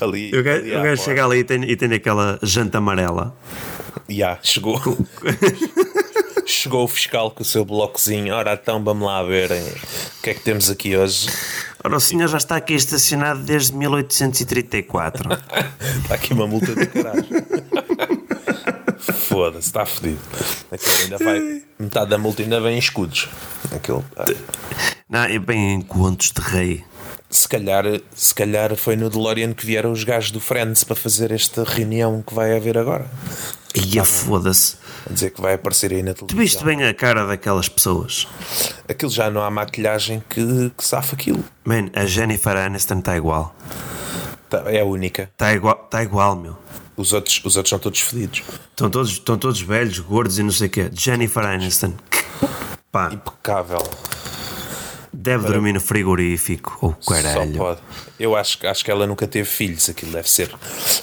Speaker 1: Ali.
Speaker 2: E o gajo,
Speaker 1: ali à
Speaker 2: o gajo
Speaker 1: porta.
Speaker 2: chega ali e tem, e tem aquela janta amarela.
Speaker 1: Já, chegou. chegou o fiscal com o seu blocozinho. Ora, então vamos lá ver hein, o que é que temos aqui hoje.
Speaker 2: Ora, o senhor já está aqui estacionado desde 1834.
Speaker 1: Está Tá aqui uma multa do caralho. Foda-se, está fodido. Aquilo ainda vai. Metade da multa ainda vem em escudos. Aquilo, ah.
Speaker 2: Não, é bem em contos de rei.
Speaker 1: se, calhar, se calhar foi no DeLorean que vieram os gajos do Friends para fazer esta reunião que vai haver agora.
Speaker 2: E a Ah, foda-se.
Speaker 1: A dizer que vai aparecer aí na
Speaker 2: Tu
Speaker 1: televisão.
Speaker 2: viste bem a cara daquelas pessoas?
Speaker 1: Aquilo já não há maquilhagem que, que safa aquilo.
Speaker 2: Man, a Jennifer Aniston está igual.
Speaker 1: Tá, É a única.
Speaker 2: Está igual, tá igual, meu.
Speaker 1: Os outros, os outros são todos fedidos.
Speaker 2: Estão todos, estão todos velhos, gordos e não sei o quê. Jennifer Aniston. Pá,
Speaker 1: Impecável.
Speaker 2: deve dormir no frigorífico. Oh,
Speaker 1: Só
Speaker 2: caralho.
Speaker 1: pode. Eu acho, que- acho que ela nunca teve filhos. Aquilo deve ser.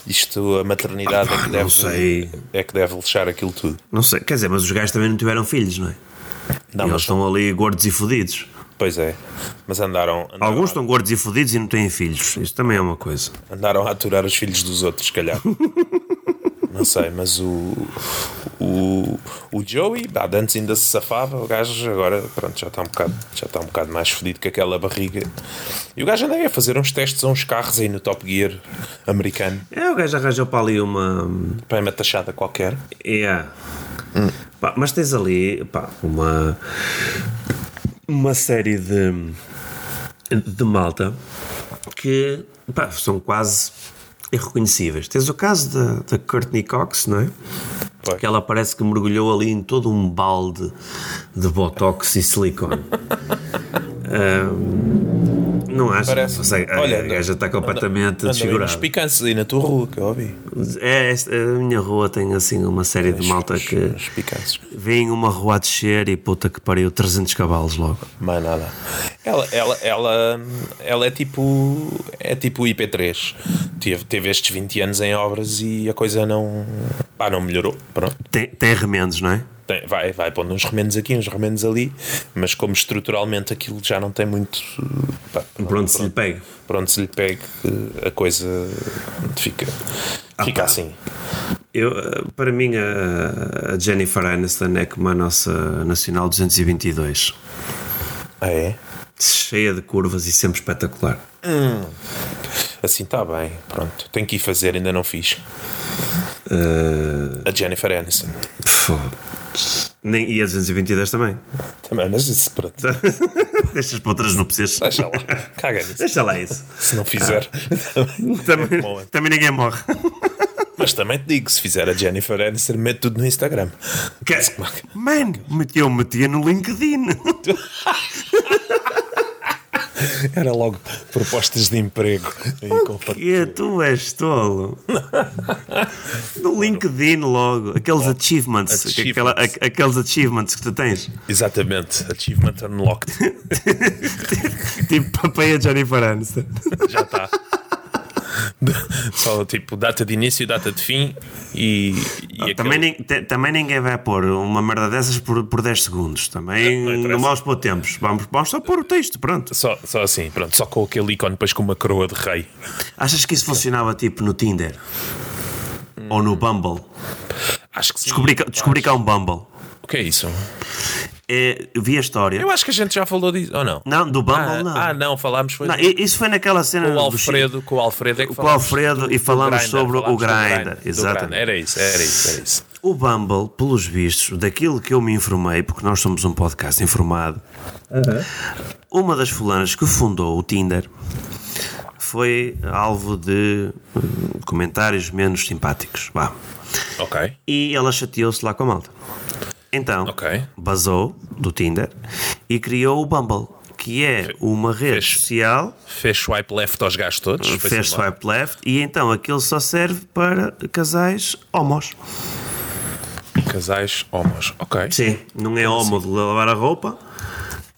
Speaker 1: Isto, a maternidade é, que deve,
Speaker 2: sei.
Speaker 1: é que deve lixar aquilo tudo.
Speaker 2: Não sei, quer dizer, mas os gajos também não tiveram filhos, não é?
Speaker 1: Não,
Speaker 2: Eles
Speaker 1: mas,
Speaker 2: estão ali gordos e fodidos.
Speaker 1: pois é. Mas andaram, andaram,
Speaker 2: Alguns estão gordos e fodidos e não têm filhos. Isto também é uma coisa.
Speaker 1: andaram a aturar os filhos dos outros, se calhar. Não sei, mas o, o, o Joey, bah, de antes ainda se safava, o gajo agora pronto, já está um bocado, já está um bocado mais fodido que aquela barriga. E o gajo anda aí a fazer uns testes a uns carros aí no Top Gear americano.
Speaker 2: É, o gajo arranjou para ali uma.
Speaker 1: Para uma taxada qualquer.
Speaker 2: Yeah. É. Pá, mas tens ali pá, uma. Uma série de. de malta que pá, são quase irreconhecíveis. Tens o caso da, da Courtney Cox, não é?
Speaker 1: Pois.
Speaker 2: Que ela parece que mergulhou ali em todo um balde de botox e silicone. Ahm, não acho.
Speaker 1: Parece.
Speaker 2: Olha, a gaja está completamente
Speaker 1: anda,
Speaker 2: desfigurada.
Speaker 1: Os picantes aí na tua rua, que eu ouvi.
Speaker 2: É, esta- a minha rua tem assim uma série de malta que
Speaker 1: Os picantes.
Speaker 2: vem uma rua a descer e puta que pariu 300 cavalos logo.
Speaker 1: Mais nada. Ela, ela, ela, ela é tipo. É tipo o IP3. Teve, teve estes 20 anos em obras e a coisa não. Pá, não melhorou. Pronto.
Speaker 2: Tem, tem remendos, não é?
Speaker 1: Tem- vai, vai pondo uns remendos aqui, uns remendos ali. Mas como estruturalmente aquilo já não tem muito. Pá,
Speaker 2: Pronto, se lhe pega.
Speaker 1: Pronto, se lhe pegue, a coisa fica.
Speaker 2: Ah,
Speaker 1: Fica assim.
Speaker 2: Eu, eh, para mim, a, a Jennifer Aniston é como a nossa Nacional 222.
Speaker 1: Ah, é?
Speaker 2: Cheia de curvas e sempre espetacular.
Speaker 1: Assim está bem, pronto. Tenho que ir fazer, ainda não fiz.
Speaker 2: Eh,
Speaker 1: A Jennifer Aniston.
Speaker 2: pfo. Nem, e a 222 também.
Speaker 1: Também, mas isso, pronto.
Speaker 2: Deixas para outras núpcias.
Speaker 1: Deixa lá. Caga nisso.
Speaker 2: Deixa lá isso.
Speaker 1: Se não fizer.
Speaker 2: Também,
Speaker 1: bom, é.
Speaker 2: também ninguém morre.
Speaker 1: mas também te digo, se fizer a Jennifer Aniston, mete tudo no Instagram.
Speaker 2: Que- Man, eu metia no LinkedIn.
Speaker 1: Era logo propostas de emprego. Aí com
Speaker 2: Que tu és tolo. No LinkedIn logo. Aqueles achievements.
Speaker 1: Oh, Achievements.
Speaker 2: aquela- aqu- aqueles achievements que tu tens.
Speaker 1: Exatamente. Achievement unlocked.
Speaker 2: Tipo papai a Jennifer Aniston.
Speaker 1: Já está. Só tipo data de início, data de fim e. e aquele-
Speaker 2: Também, nin- te- também ninguém vai pôr uma merda dessas por, por 10 segundos. Também
Speaker 1: É, Não interessa.
Speaker 2: não vamos pôr tempos. Vamos, vamos só pôr o texto, pronto.
Speaker 1: Só, só assim, pronto, só com aquele ícone, depois com uma coroa de rei.
Speaker 2: Achas que isso funcionava tipo no Tinder?
Speaker 1: Hum.
Speaker 2: Ou no Bumble?
Speaker 1: Acho que sim.
Speaker 2: Descobri que, descobri que há um Bumble.
Speaker 1: O que é isso?
Speaker 2: É, vi a história.
Speaker 1: Eu acho que a gente já falou disso, ou não?
Speaker 2: Não, do Bumble
Speaker 1: ah,
Speaker 2: não.
Speaker 1: ah, não, falámos foi
Speaker 2: Não, i- isso foi naquela cena
Speaker 1: com o
Speaker 2: Ah, do Chico-
Speaker 1: Alfredo, com o Alfredo é que
Speaker 2: com o Alfredo e falamos sobre o Grindr. Exatamente.
Speaker 1: Era isso, era isso, era isso.
Speaker 2: O Bumble, pelos vistos, daquilo que eu me informei, porque nós somos um podcast informado, uma das fulanas que fundou o Tinder foi alvo de hum, comentários menos simpáticos. Vá.
Speaker 1: Ok.
Speaker 2: E ela chateou-se lá com a malta. Então,
Speaker 1: Ok.
Speaker 2: basou do Tinder e criou o Bumble, que é uma rede
Speaker 1: Fez.
Speaker 2: social
Speaker 1: Fez swipe left aos gajos todos. foi
Speaker 2: Hum, fez
Speaker 1: assim lá.
Speaker 2: swipe left e então aquilo só serve para casais homos.
Speaker 1: Casais homos. Ok.
Speaker 2: Sim, não é homo de lavar a roupa,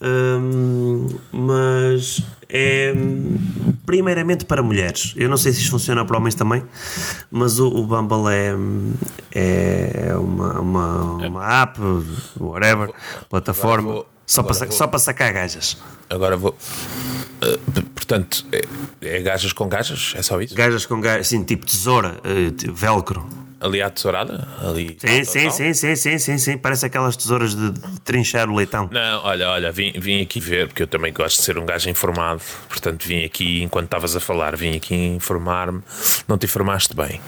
Speaker 2: hum, mas é hum, primeiramente para mulheres. Eu não sei se isto funciona para homens também, mas o, o Bumble é, hum, é uma, uma, uma app, whatever, plataforma,
Speaker 1: vou-
Speaker 2: só,
Speaker 1: É. agora
Speaker 2: para, sa-
Speaker 1: vou-
Speaker 2: só para sacar gajas.
Speaker 1: Agora vou. Ah, p- portanto, é, é gajas com gajas? É só isso?
Speaker 2: Gajas com gajas, assim, tipo tesoura, eh, tipo velcro.
Speaker 1: Ali à tesourada? Ali.
Speaker 2: Sim,
Speaker 1: tal, tal,
Speaker 2: sim,
Speaker 1: tal?
Speaker 2: sim, sim, sim, sim, sim. Parece aquelas tesouras de, de trinchar o leitão.
Speaker 1: Não, olha, olha, vim, vim aqui ver, porque eu também gosto de ser um gajo informado, portanto vim aqui, enquanto estavas a falar, vim aqui informar-me, não te informaste bem.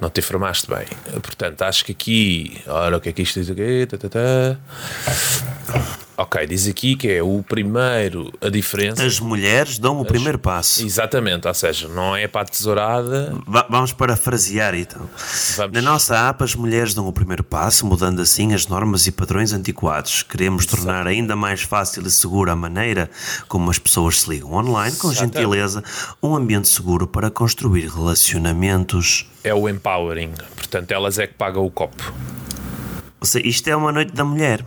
Speaker 1: Não te informaste bem. Portanto, acho que aqui, ora, o que é que isto diz aqui? Tá, tá, tá. Ok, diz aqui que é o primeiro, a diferença.
Speaker 2: As mulheres dão o primeiro passo.
Speaker 1: Exatamente, ou seja, não é para a tesourada.
Speaker 2: Va- vamos parafrasear então.
Speaker 1: Vamos.
Speaker 2: Na nossa app, as mulheres dão o primeiro passo, mudando assim as normas e padrões antiquados. Queremos tornar ainda mais fácil e segura a maneira como as pessoas se ligam online, com
Speaker 1: Exatamente.
Speaker 2: gentileza, um ambiente seguro para construir relacionamentos.
Speaker 1: É o empowering, portanto, elas é que pagam o copo.
Speaker 2: Ou seja, isto é uma noite da mulher,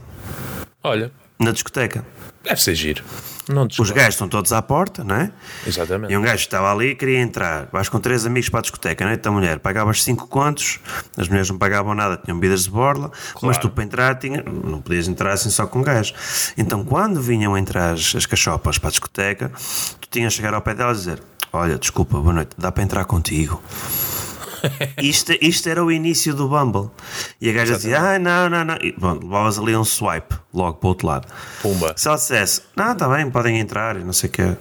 Speaker 1: Olha,
Speaker 2: na discoteca.
Speaker 1: deve ser giro. Não te
Speaker 2: Os gajos estão todos à porta, não é?
Speaker 1: Exatamente.
Speaker 2: E um gajo estava ali e queria entrar. Vais com três amigos para a discoteca, noite da mulher. Pagavas cinco contos, as mulheres não pagavam nada, tinham bebidas de borla, mas tu para entrar tinha, não podias entrar assim só com gajo. Então quando vinham entrar as, as cachopas para a discoteca, tu tinhas de chegar ao pé delas e dizer: Olha, desculpa, boa noite, dá para entrar contigo. Isto, isto era o início do Bumble. E a gaja dizia: Ah, não, não, não. E, bom, levavas ali um swipe logo para o outro lado.
Speaker 1: Pumba.
Speaker 2: Se ela dissesse: Não, está bem, podem entrar, e não sei o que.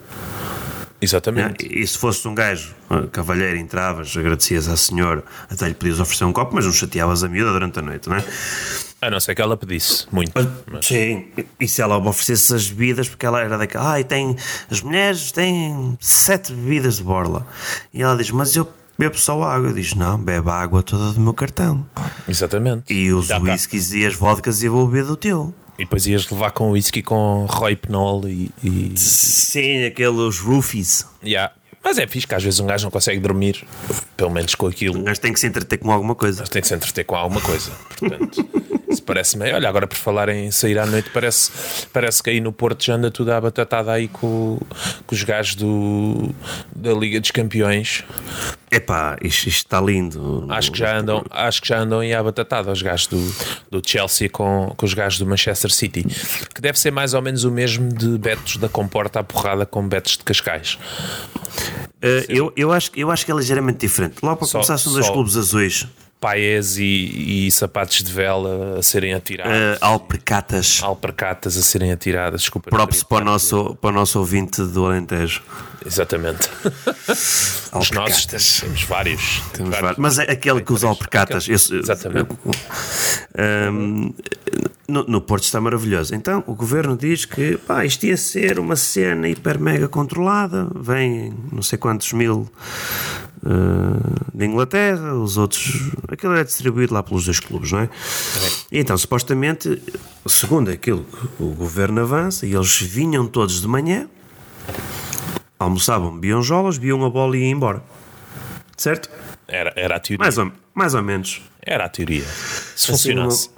Speaker 1: Exatamente.
Speaker 2: E se fosse um gajo, uh, cavalheiro, entravas, agradecias à senhora, até lhe podias oferecer um copo, mas não chateavas a miúda durante a noite, não é?
Speaker 1: A não ser que ela pedisse muito. mas-
Speaker 2: Sim. E se ela me oferecesse as bebidas, porque ela era daquela, ai, tem, as mulheres têm sete bebidas de borla. E ela diz, mas eu bebo só água. Eu diz, não, bebe a água toda do meu cartão.
Speaker 1: Exatamente.
Speaker 2: E os
Speaker 1: Dá pra-
Speaker 2: whiskies e as vodkas eu vou beber do teu.
Speaker 1: E depois ias levar com whisky com roipnol e. e...
Speaker 2: Sim, aqueles roofies.
Speaker 1: Yeah. Mas é fixe que às vezes um gajo não consegue dormir, pelo menos com aquilo.
Speaker 2: Um gajo tem que se entreter com alguma coisa.
Speaker 1: Tem de se entreter com alguma coisa. Portanto, isso parece meio. Olha, agora por falar em sair à noite, parece, parece que aí no Porto já anda tudo à batatada aí com, com os gajos do, da Liga dos Campeões.
Speaker 2: Epá, isto, isto está lindo.
Speaker 1: Acho que já andam, acho que já andam aí à batatada os gajos do, do Chelsea com, com os gajos do Manchester City, que deve ser mais ou menos o mesmo de Betos da Comporta à porrada com Betos de Cascais.
Speaker 2: Uh, eu, eu, acho, eu acho que é ligeiramente diferente. Logo para
Speaker 1: Só-
Speaker 2: começar, são dois
Speaker 1: só-
Speaker 2: clubes azuis,
Speaker 1: Paés e, e sapatos de vela a serem atirados,
Speaker 2: uh, alpercatas.
Speaker 1: alpercatas a serem atiradas, desculpa. não
Speaker 2: Props
Speaker 1: queria-
Speaker 2: para o, nosso, para o nosso ouvinte do Alentejo.
Speaker 1: Exatamente. Os nossos
Speaker 2: Alpercatas.
Speaker 1: temos vários.
Speaker 2: Temos vários. Mas é aquele que usa alpercatas. esse- eh,
Speaker 1: Exatamente.
Speaker 2: Um, no, no Porto está maravilhoso. Então, o governo diz que pá, isto ia ser uma cena hiper mega controlada. Vêm não sei quantos mil uh, de Inglaterra, os outros. Aquilo era distribuído lá pelos dois clubes, não é? E Então, supostamente, segundo aquilo que o governo avança, e eles vinham todos de manhã almoçavam, biam jolas, biam a bola e iam embora. Certo?
Speaker 1: Era, era a teoria.
Speaker 2: Mais ou, mais ou menos.
Speaker 1: Era a teoria. Se
Speaker 2: Assim, numa-
Speaker 1: funcionasse.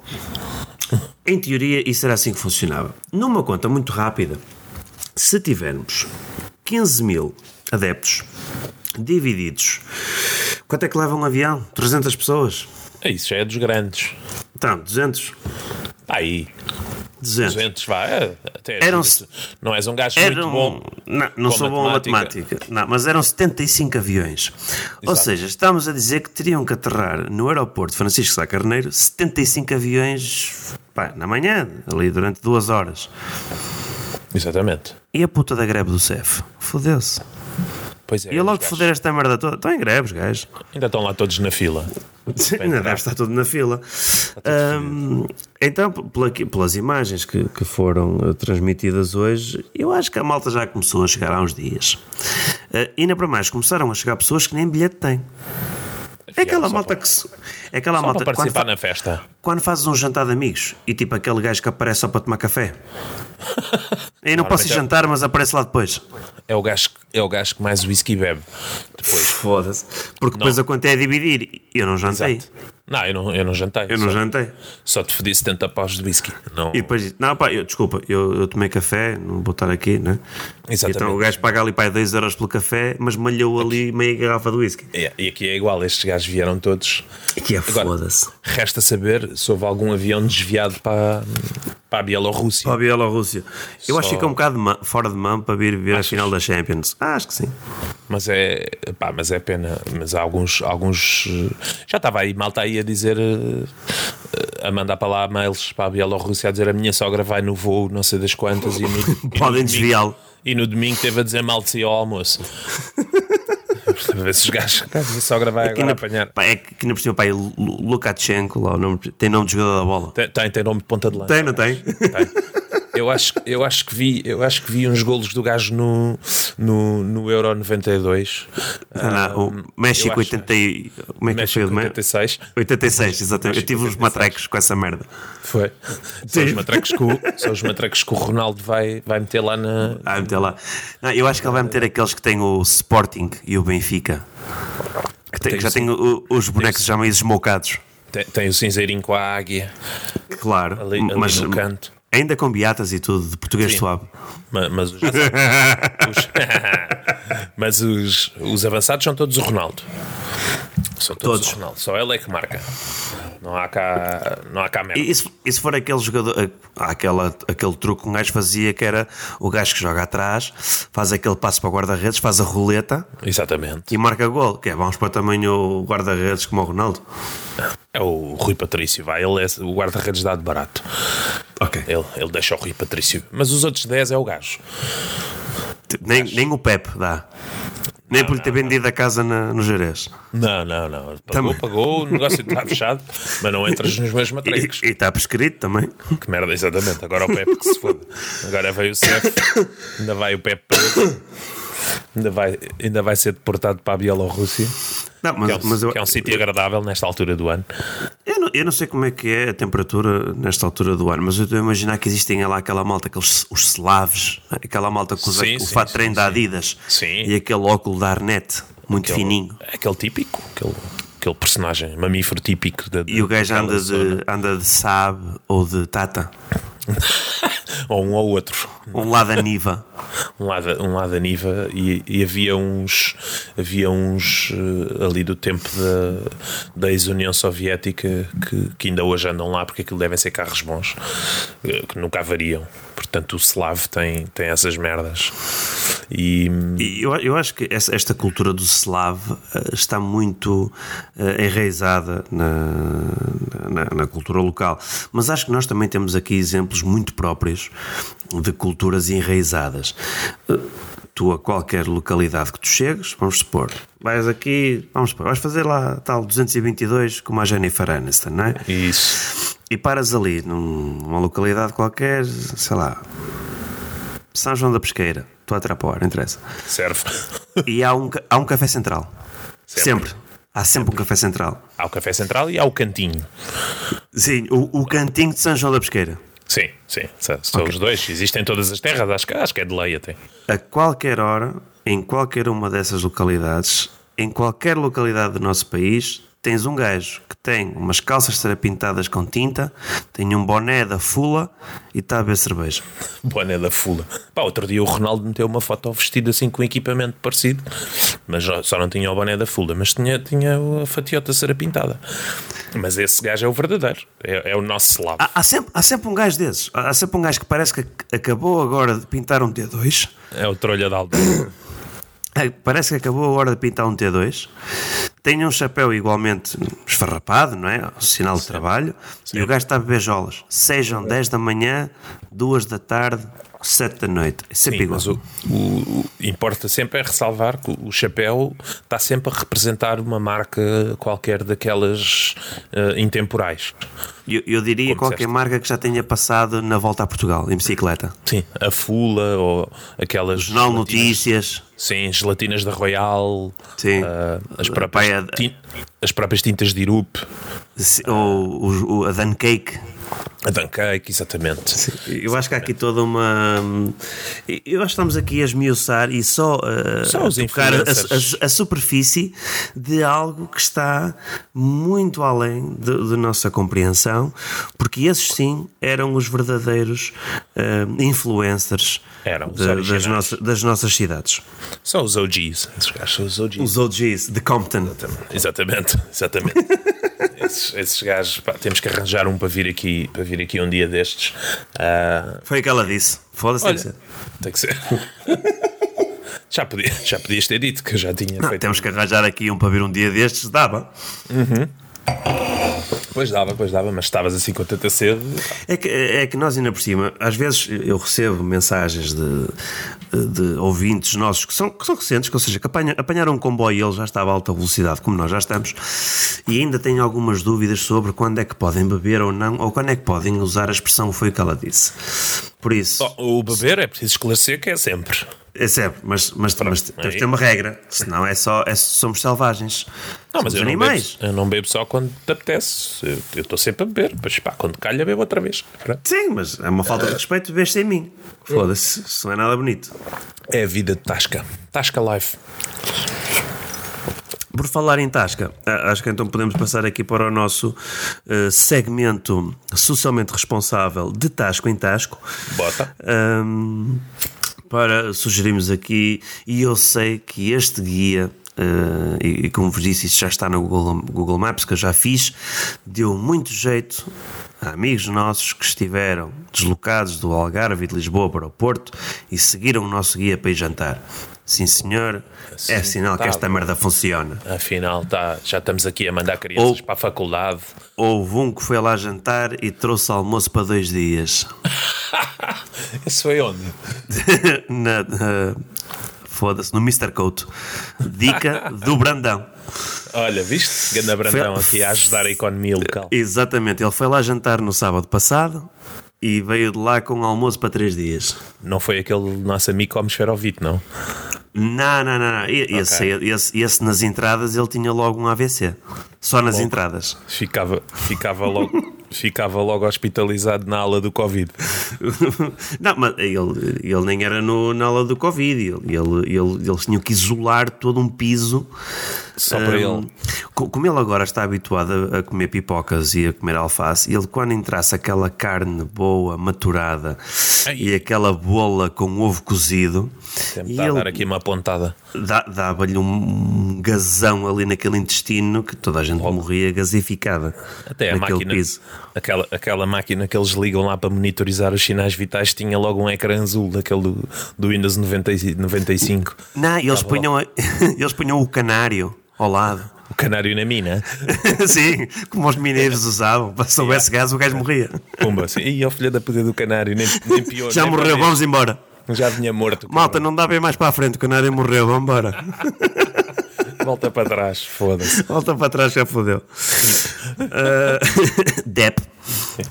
Speaker 2: Em teoria, isso era assim que funcionava. Numa conta muito rápida, se tivermos 15 mil adeptos divididos, quanto é que leva um avião? 300 pessoas?
Speaker 1: É Isso já é dos grandes. Tá
Speaker 2: Então, 200?
Speaker 1: Aí,
Speaker 2: 200.
Speaker 1: 200, vá. é, Até
Speaker 2: Eram-
Speaker 1: Não és um gajo
Speaker 2: Eram,
Speaker 1: muito bom.
Speaker 2: Não, não
Speaker 1: com
Speaker 2: sou bom a
Speaker 1: matemática.
Speaker 2: matemática. Não, mas eram 75 aviões. Ou
Speaker 1: Exato.
Speaker 2: seja, estamos a dizer que teriam que aterrar no aeroporto Francisco Sá Carneiro 75 aviões pá, na manhã, ali durante duas horas.
Speaker 1: Exatamente.
Speaker 2: E a puta da greve do CEF? Fodeu-se.
Speaker 1: Pois é.
Speaker 2: E eu logo
Speaker 1: os
Speaker 2: de
Speaker 1: gajos
Speaker 2: foder esta merda toda. Estão em greves, gajo.
Speaker 1: Ainda estão lá todos na fila.
Speaker 2: Ainda deve estar tudo na
Speaker 1: tá
Speaker 2: fila. Ahm, então, p- pela- pelas imagens que, que foram eh, transmitidas hoje, eu acho que a malta já começou a chegar há uns dias. Eh, ainda para mais, começaram a chegar pessoas que nem bilhete têm. É aquela
Speaker 1: Só
Speaker 2: malta
Speaker 1: para-
Speaker 2: que se. É aquela
Speaker 1: Só
Speaker 2: malta
Speaker 1: para
Speaker 2: que quando,
Speaker 1: participar
Speaker 2: fa-
Speaker 1: na festa.
Speaker 2: quando fazes um jantar de amigos e tipo aquele gajo que aparece só para tomar café. Eu não posso ir
Speaker 1: Normalmente é-
Speaker 2: jantar, mas aparece lá depois.
Speaker 1: É o gajo, que- é o gajo que mais whisky bebe. Depois.
Speaker 2: Foda-se. Porque depois a conta é dividir. Eu não jantei.
Speaker 1: Exato. Não, eu não, eu não jantei.
Speaker 2: Eu não
Speaker 1: só,
Speaker 2: jantei.
Speaker 1: só te fodi 70 paus de whisky. Não,
Speaker 2: E depois disse, não, pá, eu, desculpa, eu, eu tomei café, não vou estar aqui, né?
Speaker 1: Exatamente.
Speaker 2: Então o gajo paga ali, pá, 2 euros pelo café, mas malhou ali meia garrafa de whisky.
Speaker 1: É, E aqui é igual, estes gajos vieram todos.
Speaker 2: Que é
Speaker 1: Agora-
Speaker 2: foda-se.
Speaker 1: Resta saber se houve algum avião desviado para, para a Bielorrússia.
Speaker 2: Para a Bielorrússia. Eu acho que
Speaker 1: Só-
Speaker 2: fica um bocado de ma- fora de mão para vir ver a final da Champions. Ah, acho que sim.
Speaker 1: Mas é, pá, mas é pena. Mas há alguns, alguns. eh, Já estava aí, malta aí a dizer. eh, eh, A mandar para lá mails para a Bielorrússia a dizer a minha sogra vai no voo, não sei das quantas. E no, e no
Speaker 2: Podem
Speaker 1: domingo-
Speaker 2: desviá-lo.
Speaker 1: E no domingo teve a dizer mal de si ao almoço. a ver se os gajos. A minha sogra vai
Speaker 2: Que
Speaker 1: agora
Speaker 2: ainda-
Speaker 1: apanhar.
Speaker 2: pá, é que que ainda por cima, pá, é Lu- Lukashenko, lá, o nome, tem nome de jogador da bola.
Speaker 1: Tem, tem, tem nome de ponta de lança.
Speaker 2: Tem, não tem?
Speaker 1: Eu acho, eu, acho que vi, eu acho que vi uns golos do gajo no, no, no Euro 92.
Speaker 2: Ah, não, o México
Speaker 1: acho-
Speaker 2: 80 e... Como é que foi o de
Speaker 1: México
Speaker 2: Mé-
Speaker 1: 86.
Speaker 2: 86, exatamente. Eu tive uns matrecos com essa merda.
Speaker 1: Foi. São os matracos que o, são os matracos que o Ronaldo vai, vai meter lá na.
Speaker 2: Ah, meter lá. Não, eu acho que ele vai meter aqueles que têm o Sporting e o Benfica. Que, tem- que já têm o- os bonecos já meio esmocados.
Speaker 1: Tem, tem o cinzeirinho com a águia
Speaker 2: Claro.
Speaker 1: ali, ali
Speaker 2: mas
Speaker 1: no canto.
Speaker 2: ainda com beatas e tudo, de português
Speaker 1: Sim.
Speaker 2: suave.
Speaker 1: Ma- Mas, os, os- mas os, os avançados são todos o Ronaldo. São todos,
Speaker 2: Todos.
Speaker 1: o Ronaldo. Só ele é que marca. Não há cá, não há cá merda.
Speaker 2: E, e se, e se for aquele jogador, a- há aquela, aquele truque que um gajo fazia que era o gajo que joga atrás, faz aquele passo para o guarda-redes, faz a roleta
Speaker 1: Exatamente.
Speaker 2: e marca gol. Que é, vamos para também o guarda-redes como o Ronaldo.
Speaker 1: É o Rui Patrício, vai. Ele é o guarda-redes dá de barato.
Speaker 2: Ok.
Speaker 1: Ele, ele deixa o Rui Patrício. Mas os outros 10 é o gajo.
Speaker 2: Nem, nem o Pepe dá. Nem por lhe ter vendido a casa na- no Jerez.
Speaker 1: Não, não, não. Pagou,
Speaker 2: Também.
Speaker 1: pagou, o negócio está fechado, mas não entras nos meus
Speaker 2: E
Speaker 1: matrecos.
Speaker 2: e está prescrito também.
Speaker 1: Que merda, exatamente. Agora o Pepe que se foda. Agora veio o CEP, ainda vai o Pepe para outro. ainda vai, ainda vai ser deportado para a Bielorrússia,
Speaker 2: Não, mas,
Speaker 1: que é um,
Speaker 2: mas eu,
Speaker 1: que é um sítio agradável nesta altura do ano.
Speaker 2: eu, não, eu não sei como é que é a temperatura nesta altura do ano, mas eu estou a imaginar que existem lá aquela malta, aqueles os slaves, né? aquela malta que usa
Speaker 1: Sim,
Speaker 2: o
Speaker 1: sim,
Speaker 2: fato de
Speaker 1: sim,
Speaker 2: treino da Adidas
Speaker 1: Sim.
Speaker 2: e aquele óculo da Arnett, muito fininho.
Speaker 1: É Aquele típico, aquele, aquele personagem mamífero típico. Da,
Speaker 2: E o gajo
Speaker 1: daquela
Speaker 2: anda
Speaker 1: zona.
Speaker 2: de, anda de Saab ou de Tata,
Speaker 1: Ou um ou outro.
Speaker 2: ou lá da Niva.
Speaker 1: um lado, um lado a Niva e, e havia uns havia uns eh, ali do tempo da, da ex-União Soviética que, que ainda hoje andam lá porque aquilo devem ser carros bons eh, que nunca avariam portanto o Slav tem, tem essas merdas e
Speaker 2: E eu, eu acho que essa- esta cultura do slave eh, está muito eh, enraizada na, na, na cultura local. Mas acho que nós também temos aqui exemplos muito próprios de culturas enraizadas. Eh, Tu, a qualquer localidade que tu chegues, vamos supor, vais aqui, vamos supor, vais fazer lá tal 222 como a Jennifer Aniston, não é?
Speaker 1: e isso
Speaker 2: E paras ali num- numa localidade qualquer, sei lá, São João da Pesqueira, tu a Trapor, não interessa.
Speaker 1: serve
Speaker 2: E há um, ca- há um café central. Sempre.
Speaker 1: Sempre.
Speaker 2: Há sempre, um café central.
Speaker 1: há o Café Central e há o Cantinho
Speaker 2: Sim, o, o cantinho de São João da Pesqueira.
Speaker 1: sim, sim, são são os dois existem em todas as terras, acho que, acho que é de lei até
Speaker 2: A qualquer hora em qualquer uma dessas localidades, em qualquer localidade do nosso país, tens um gajo que tem umas calças serapintadas com tinta, tem um boné da fula e está a beber cerveja.
Speaker 1: Boné da fula. Pá, outro dia o Ronaldo meteu uma foto vestido assim com equipamento parecido, mas só- só não tinha o boné da fula, mas tinha, tinha a fatiota serapintada. Mas esse gajo é o verdadeiro, é, é o nosso slavo.
Speaker 2: Há, há sempre, há sempre um gajo desses. Há, há sempre um gajo que parece que ac- acabou agora de pintar um T2.
Speaker 1: É o trolha da aldeia.
Speaker 2: É, Parece que acabou a hora de pintar um T2. Tem um chapéu igualmente esfarrapado, não é? O sinal de trabalho. E o gajo está a beber jolas. Sejam 10 da manhã, 2 da tarde, 7 da noite. É sempre
Speaker 1: Sim,
Speaker 2: igual.
Speaker 1: mas o, o- o- importa sempre é ressalvar que o chapéu está sempre a representar uma marca qualquer daquelas eh, intemporais.
Speaker 2: Eu, eu diria
Speaker 1: Como
Speaker 2: qualquer
Speaker 1: disseste.
Speaker 2: marca que já tenha passado na volta a Portugal, em bicicleta.
Speaker 1: Sim, a Fula ou aquelas.
Speaker 2: Jornal
Speaker 1: gelatinas-
Speaker 2: Notícias.
Speaker 1: Sim, gelatinas da Royal.
Speaker 2: Sim.
Speaker 1: ah, as,
Speaker 2: Uh,
Speaker 1: próprias
Speaker 2: pá, é-
Speaker 1: tin- as próprias tintas de Irupe.
Speaker 2: se- Ou o- o- a Dan Cake.
Speaker 1: A Duncake, exatamente.
Speaker 2: Eu acho que há aqui toda uma. Eu acho que estamos aqui a esmiuçar e só, uh,
Speaker 1: Só os
Speaker 2: a tocar a,
Speaker 1: influencers.
Speaker 2: a- a superfície de algo que está muito além de- da nossa compreensão, porque esses sim eram os verdadeiros uh, influencers
Speaker 1: Eram os
Speaker 2: de- das,
Speaker 1: originais.
Speaker 2: nossas, das nossas cidades.
Speaker 1: São os OGs. Esses gajos são os OGs.
Speaker 2: Os OGs de Compton.
Speaker 1: Exatamente, exatamente. esses, esses gajos, pá, temos que arranjar um para vir aqui, para vir aqui um dia destes. Ah,
Speaker 2: Foi o que ela disse. Foda-se. tem que
Speaker 1: olha,
Speaker 2: ser.
Speaker 1: tem que ser. já, podia, já podias ter dito que eu já tinha
Speaker 2: Não,
Speaker 1: feito.
Speaker 2: temos que arranjar aqui um para vir um dia destes, dava.
Speaker 1: Pois dava, pois dava, mas estavas assim com tanta sede.
Speaker 2: É que, é que nós ainda por cima, às vezes eu recebo mensagens de, de ouvintes nossos que são, que são recentes, que, ou seja, que apanha- apanharam um comboio e ele já estava a alta velocidade, como nós já estamos, e ainda têm algumas dúvidas sobre quando é que podem beber ou não, ou quando é que podem usar a expressão foi o que ela disse. Por isso,
Speaker 1: Oh, o beber é preciso esclarecer que é sempre.
Speaker 2: é sempre, mas, mas, mas temos de ter uma regra, senão é só, é- somos selvagens.
Speaker 1: Não, mas
Speaker 2: somos
Speaker 1: eu não, bebo,
Speaker 2: animais.
Speaker 1: eu não bebo só quando te apetece. Eu- Eu estou sempre a beber. Mas pá, quando calha, bebo outra vez. Pronto.
Speaker 2: Sim, mas é uma
Speaker 1: Eh,
Speaker 2: falta de respeito beber sem mim. Foda-se, isso não é nada bonito.
Speaker 1: É a vida de Tasca. Tasca Life.
Speaker 2: Por falar em Tasca, a- acho que então podemos passar aqui para o nosso eh, segmento socialmente responsável de Tasco em Tasco.
Speaker 1: Bota.
Speaker 2: Ahm, para sugerirmos aqui, e eu sei que este guia. eh, e, e como vos disse, isso já está no Google, Google Maps, que eu já fiz, deu muito jeito a amigos nossos que estiveram deslocados do Algarve e de Lisboa para o Porto e seguiram o nosso guia para ir jantar. Sim, senhor, é
Speaker 1: Assim,
Speaker 2: sinal que
Speaker 1: tá
Speaker 2: esta
Speaker 1: bom.
Speaker 2: merda funciona.
Speaker 1: Afinal, tá, já estamos aqui a mandar crianças
Speaker 2: Ou-
Speaker 1: para a faculdade.
Speaker 2: Houve um que foi lá jantar e trouxe almoço para dois dias.
Speaker 1: Isso foi onde?
Speaker 2: Na- eh, Foda-se, no Mr. Coat. Dica do Brandão.
Speaker 1: Olha, viste? Ganda Brandão
Speaker 2: Foi-
Speaker 1: aqui a ajudar a economia local.
Speaker 2: Exatamente, ele foi lá jantar no sábado passado e veio de lá com almoço para três dias.
Speaker 1: Não foi aquele nosso amigo como esferovite, não?
Speaker 2: Não, não, não, não. E- Esse, esse- esse nas entradas ele tinha logo um AVC. Só nas entradas.
Speaker 1: Ficava, ficava logo. Ficava logo hospitalizado na ala do Covid.
Speaker 2: não, mas ele, ele nem era no, na aula do Covid. Ele, ele, ele- eles tinham que isolar todo um piso
Speaker 1: Só para
Speaker 2: Hum,
Speaker 1: ele.
Speaker 2: co- Como ele agora está habituado a- a comer pipocas e a comer alface, ele quando entrasse aquela carne boa, maturada
Speaker 1: Ai.
Speaker 2: e aquela bola com ovo cozido, e
Speaker 1: Tentar tá dar
Speaker 2: ele
Speaker 1: aqui uma pontada.
Speaker 2: dá- dava-lhe um gazão ali naquele intestino que toda a gente morria gasificada
Speaker 1: Até a
Speaker 2: naquele
Speaker 1: máquina.
Speaker 2: piso.
Speaker 1: Aquela, aquela máquina que eles ligam lá para monitorizar os sinais vitais tinha logo um ecrã azul daquele do, do Windows 90, e- 95.
Speaker 2: Não, eles punham, a- eles punham o canário ao lado.
Speaker 1: O canário na mina.
Speaker 2: Sim, como os mineiros usavam. Se soubesse gás, o
Speaker 1: é.
Speaker 2: gajo morria.
Speaker 1: Pumba, assim. E ao filho da puta do canário, nem, nem pior.
Speaker 2: Já
Speaker 1: nem
Speaker 2: morreu,
Speaker 1: pior.
Speaker 2: vamos embora.
Speaker 1: Já vinha morto.
Speaker 2: Malta, não dá bem mais para a frente, o canário morreu, vamos embora.
Speaker 1: Volta para trás, foda-se.
Speaker 2: Volta para trás, já fodeu. Uh, Depp,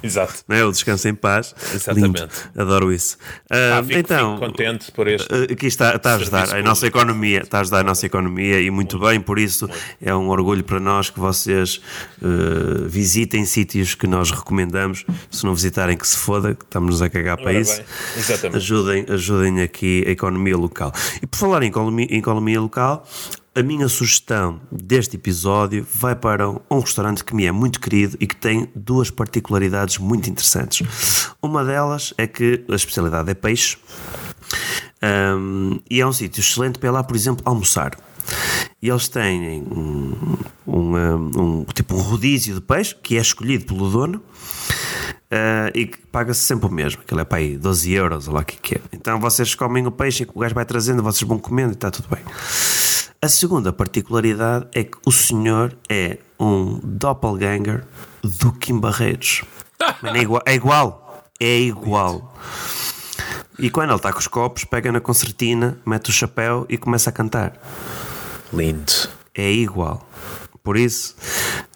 Speaker 1: Exato.
Speaker 2: não é? O Descanso em Paz.
Speaker 1: Exatamente.
Speaker 2: Lindo. Adoro isso. Ah,
Speaker 1: Ah, fico,
Speaker 2: então,
Speaker 1: fico contente por este.
Speaker 2: Uh, Aqui está, está a ajudar a
Speaker 1: Serviço
Speaker 2: nossa economia, está a ajudar a nossa economia e muito bem, por isso é um orgulho para nós que vocês uh, visitem sítios que nós recomendamos. Se não visitarem, que se foda, que estamos a cagar para
Speaker 1: Ora
Speaker 2: isso.
Speaker 1: bem, exatamente.
Speaker 2: Ajudem, ajudem aqui a economia local. E por falar em economia, em economia local, a minha sugestão deste episódio vai para um restaurante que me é muito querido e que tem duas particularidades muito interessantes. Uma delas é que a especialidade é peixe. Um, e é um sítio excelente para ir lá, por exemplo, almoçar. E eles têm um, um, um- tipo um rodízio de peixe que é escolhido pelo dono ah, e que paga-se sempre o mesmo, aquilo é para aí 12 euros, ou lá o que, que é. Então vocês comem o peixe que o gajo vai trazendo, vocês vão comendo e está tudo bem. A segunda particularidade é que o senhor é um doppelganger do Kim Barreiros. Mano, é igual. É igual. É igual. E quando ele está com os copos, pega na concertina, mete o chapéu e começa a cantar. uh,
Speaker 1: Lindo.
Speaker 2: É igual. Por isso,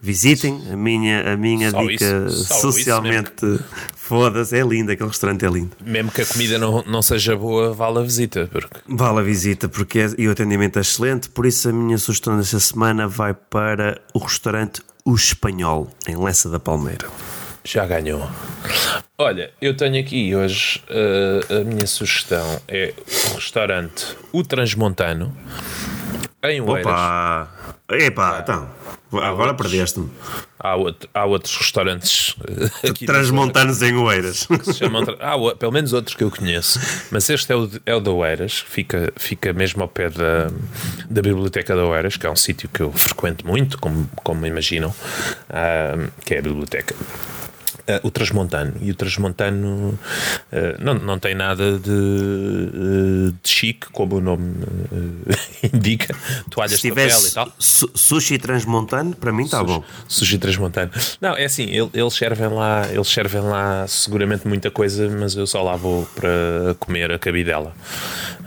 Speaker 2: visitem a minha, a minha
Speaker 1: Só
Speaker 2: dica
Speaker 1: isso, só isso
Speaker 2: socialmente. Foda-se, é lindo, aquele restaurante é lindo.
Speaker 1: Mesmo que a comida não, não seja boa, vale a visita. Porque...
Speaker 2: Vale a visita, porque é, e o atendimento é excelente. Por isso, a minha sugestão desta semana vai para o restaurante O Espanhol, em Lessa da Palmeira.
Speaker 1: Já ganhou. Olha, eu tenho aqui hoje uh, a minha sugestão é o restaurante O Transmontano em Oeiras.
Speaker 2: Opa! Epá, então, agora perdeste-me.
Speaker 1: Há, outro- há outros restaurantes uh, aqui
Speaker 2: Transmontanos em Oeiras.
Speaker 1: que se chamam. tra- Há o- pelo menos outros que eu conheço, mas este é o, de- é o da Oeiras, que fica, fica mesmo ao pé da, da Biblioteca da Oeiras, que é um sítio que eu frequento muito, como, como imaginam, ah, que é a biblioteca. Ah, o Transmontano. E o Transmontano ah, não, não tem nada de, eh, de chique, como o nome eh, indica. Toalhas
Speaker 2: Se
Speaker 1: de papel e
Speaker 2: tivesse
Speaker 1: tal.
Speaker 2: su- sushi transmontano, para mim está Tá bom.
Speaker 1: Sushi Transmontano. Não, é assim, ele- eles servem lá, eles servem lá seguramente muita coisa, mas eu só lá vou para comer a cabidela.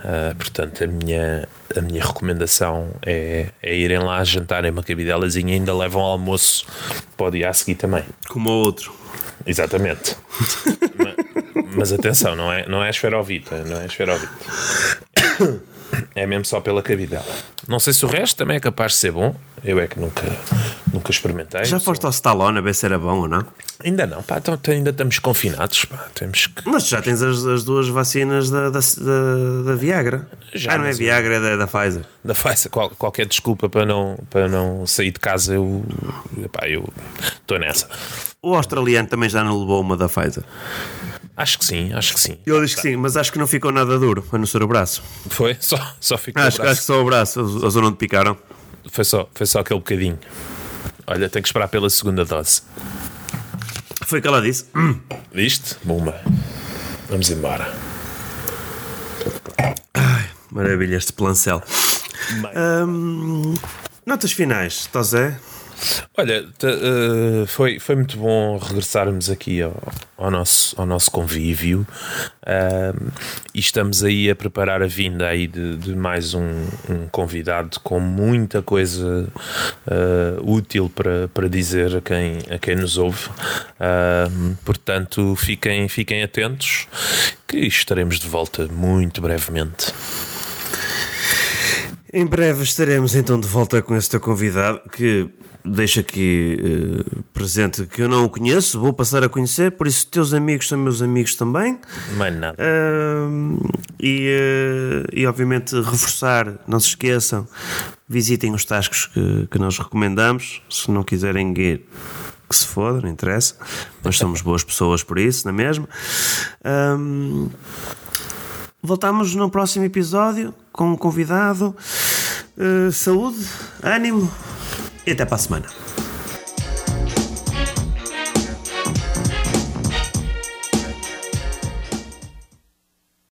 Speaker 1: Ah, portanto, a minha, a minha recomendação é, é irem lá jantarem uma cabidelazinha e ainda levam almoço para o dia a seguir também.
Speaker 2: Como o outro.
Speaker 1: Exatamente. Ma- mas, atenção, não é, não é esferovita, não é esferovita. É mesmo só pela cabidela. Não sei se o resto também é capaz de ser bom. Eu é que nunca, nunca experimentei.
Speaker 2: Já foste ao Stallone a ver se era bom ou não?
Speaker 1: Ainda não, pá, então ainda estamos confinados, pá, temos que.
Speaker 2: Mas tu já tens as, as duas vacinas da, da, da- da Viagra.
Speaker 1: Já,
Speaker 2: ah, não é
Speaker 1: mas-
Speaker 2: Viagra, é da, da Pfizer.
Speaker 1: Da face, qual- qualquer desculpa para não, para não sair de casa, eu. Pá, eu estou nessa.
Speaker 2: O australiano também já não levou uma da Pfizer.
Speaker 1: Acho que sim, acho que sim.
Speaker 2: Ele diz que sim, mas acho que não ficou nada duro, a não ser o braço.
Speaker 1: Foi só, só ficou. o
Speaker 2: Acho,
Speaker 1: braço.
Speaker 2: acho que só o braço, a a zona onde picaram.
Speaker 1: Foi, só, foi só aquele bocadinho. Olha, tenho que esperar pela segunda dose.
Speaker 2: Foi o que ela disse. Hum.
Speaker 1: Viste? Bumba. Vamos embora.
Speaker 2: Maravilha este plancel. Hum, notas finais, Tosé?
Speaker 1: Olha, te- eh, foi, foi muito bom regressarmos aqui ao, ao nosso, ao nosso convívio Ah, e estamos aí a preparar a vinda aí de, de mais um, um convidado com muita coisa ah, útil para, para dizer a quem, a quem nos ouve. Ah, portanto, fiquem, fiquem atentos que estaremos de volta muito brevemente.
Speaker 2: Em breve estaremos então de volta com este teu convidado que deixa aqui eh, presente que eu não o conheço, vou passar a conhecer, por isso teus amigos são meus amigos também.
Speaker 1: Mais nada.
Speaker 2: Ahm, e, eh, e obviamente reforçar, não se esqueçam, visitem os tascos que, que nós recomendamos. Se não quiserem ir, que se foda, não interessa. Nós somos boas pessoas por isso, não é mesmo? Ahm, voltamos no próximo episódio com um convidado. Eh, saúde, ânimo e até para a semana.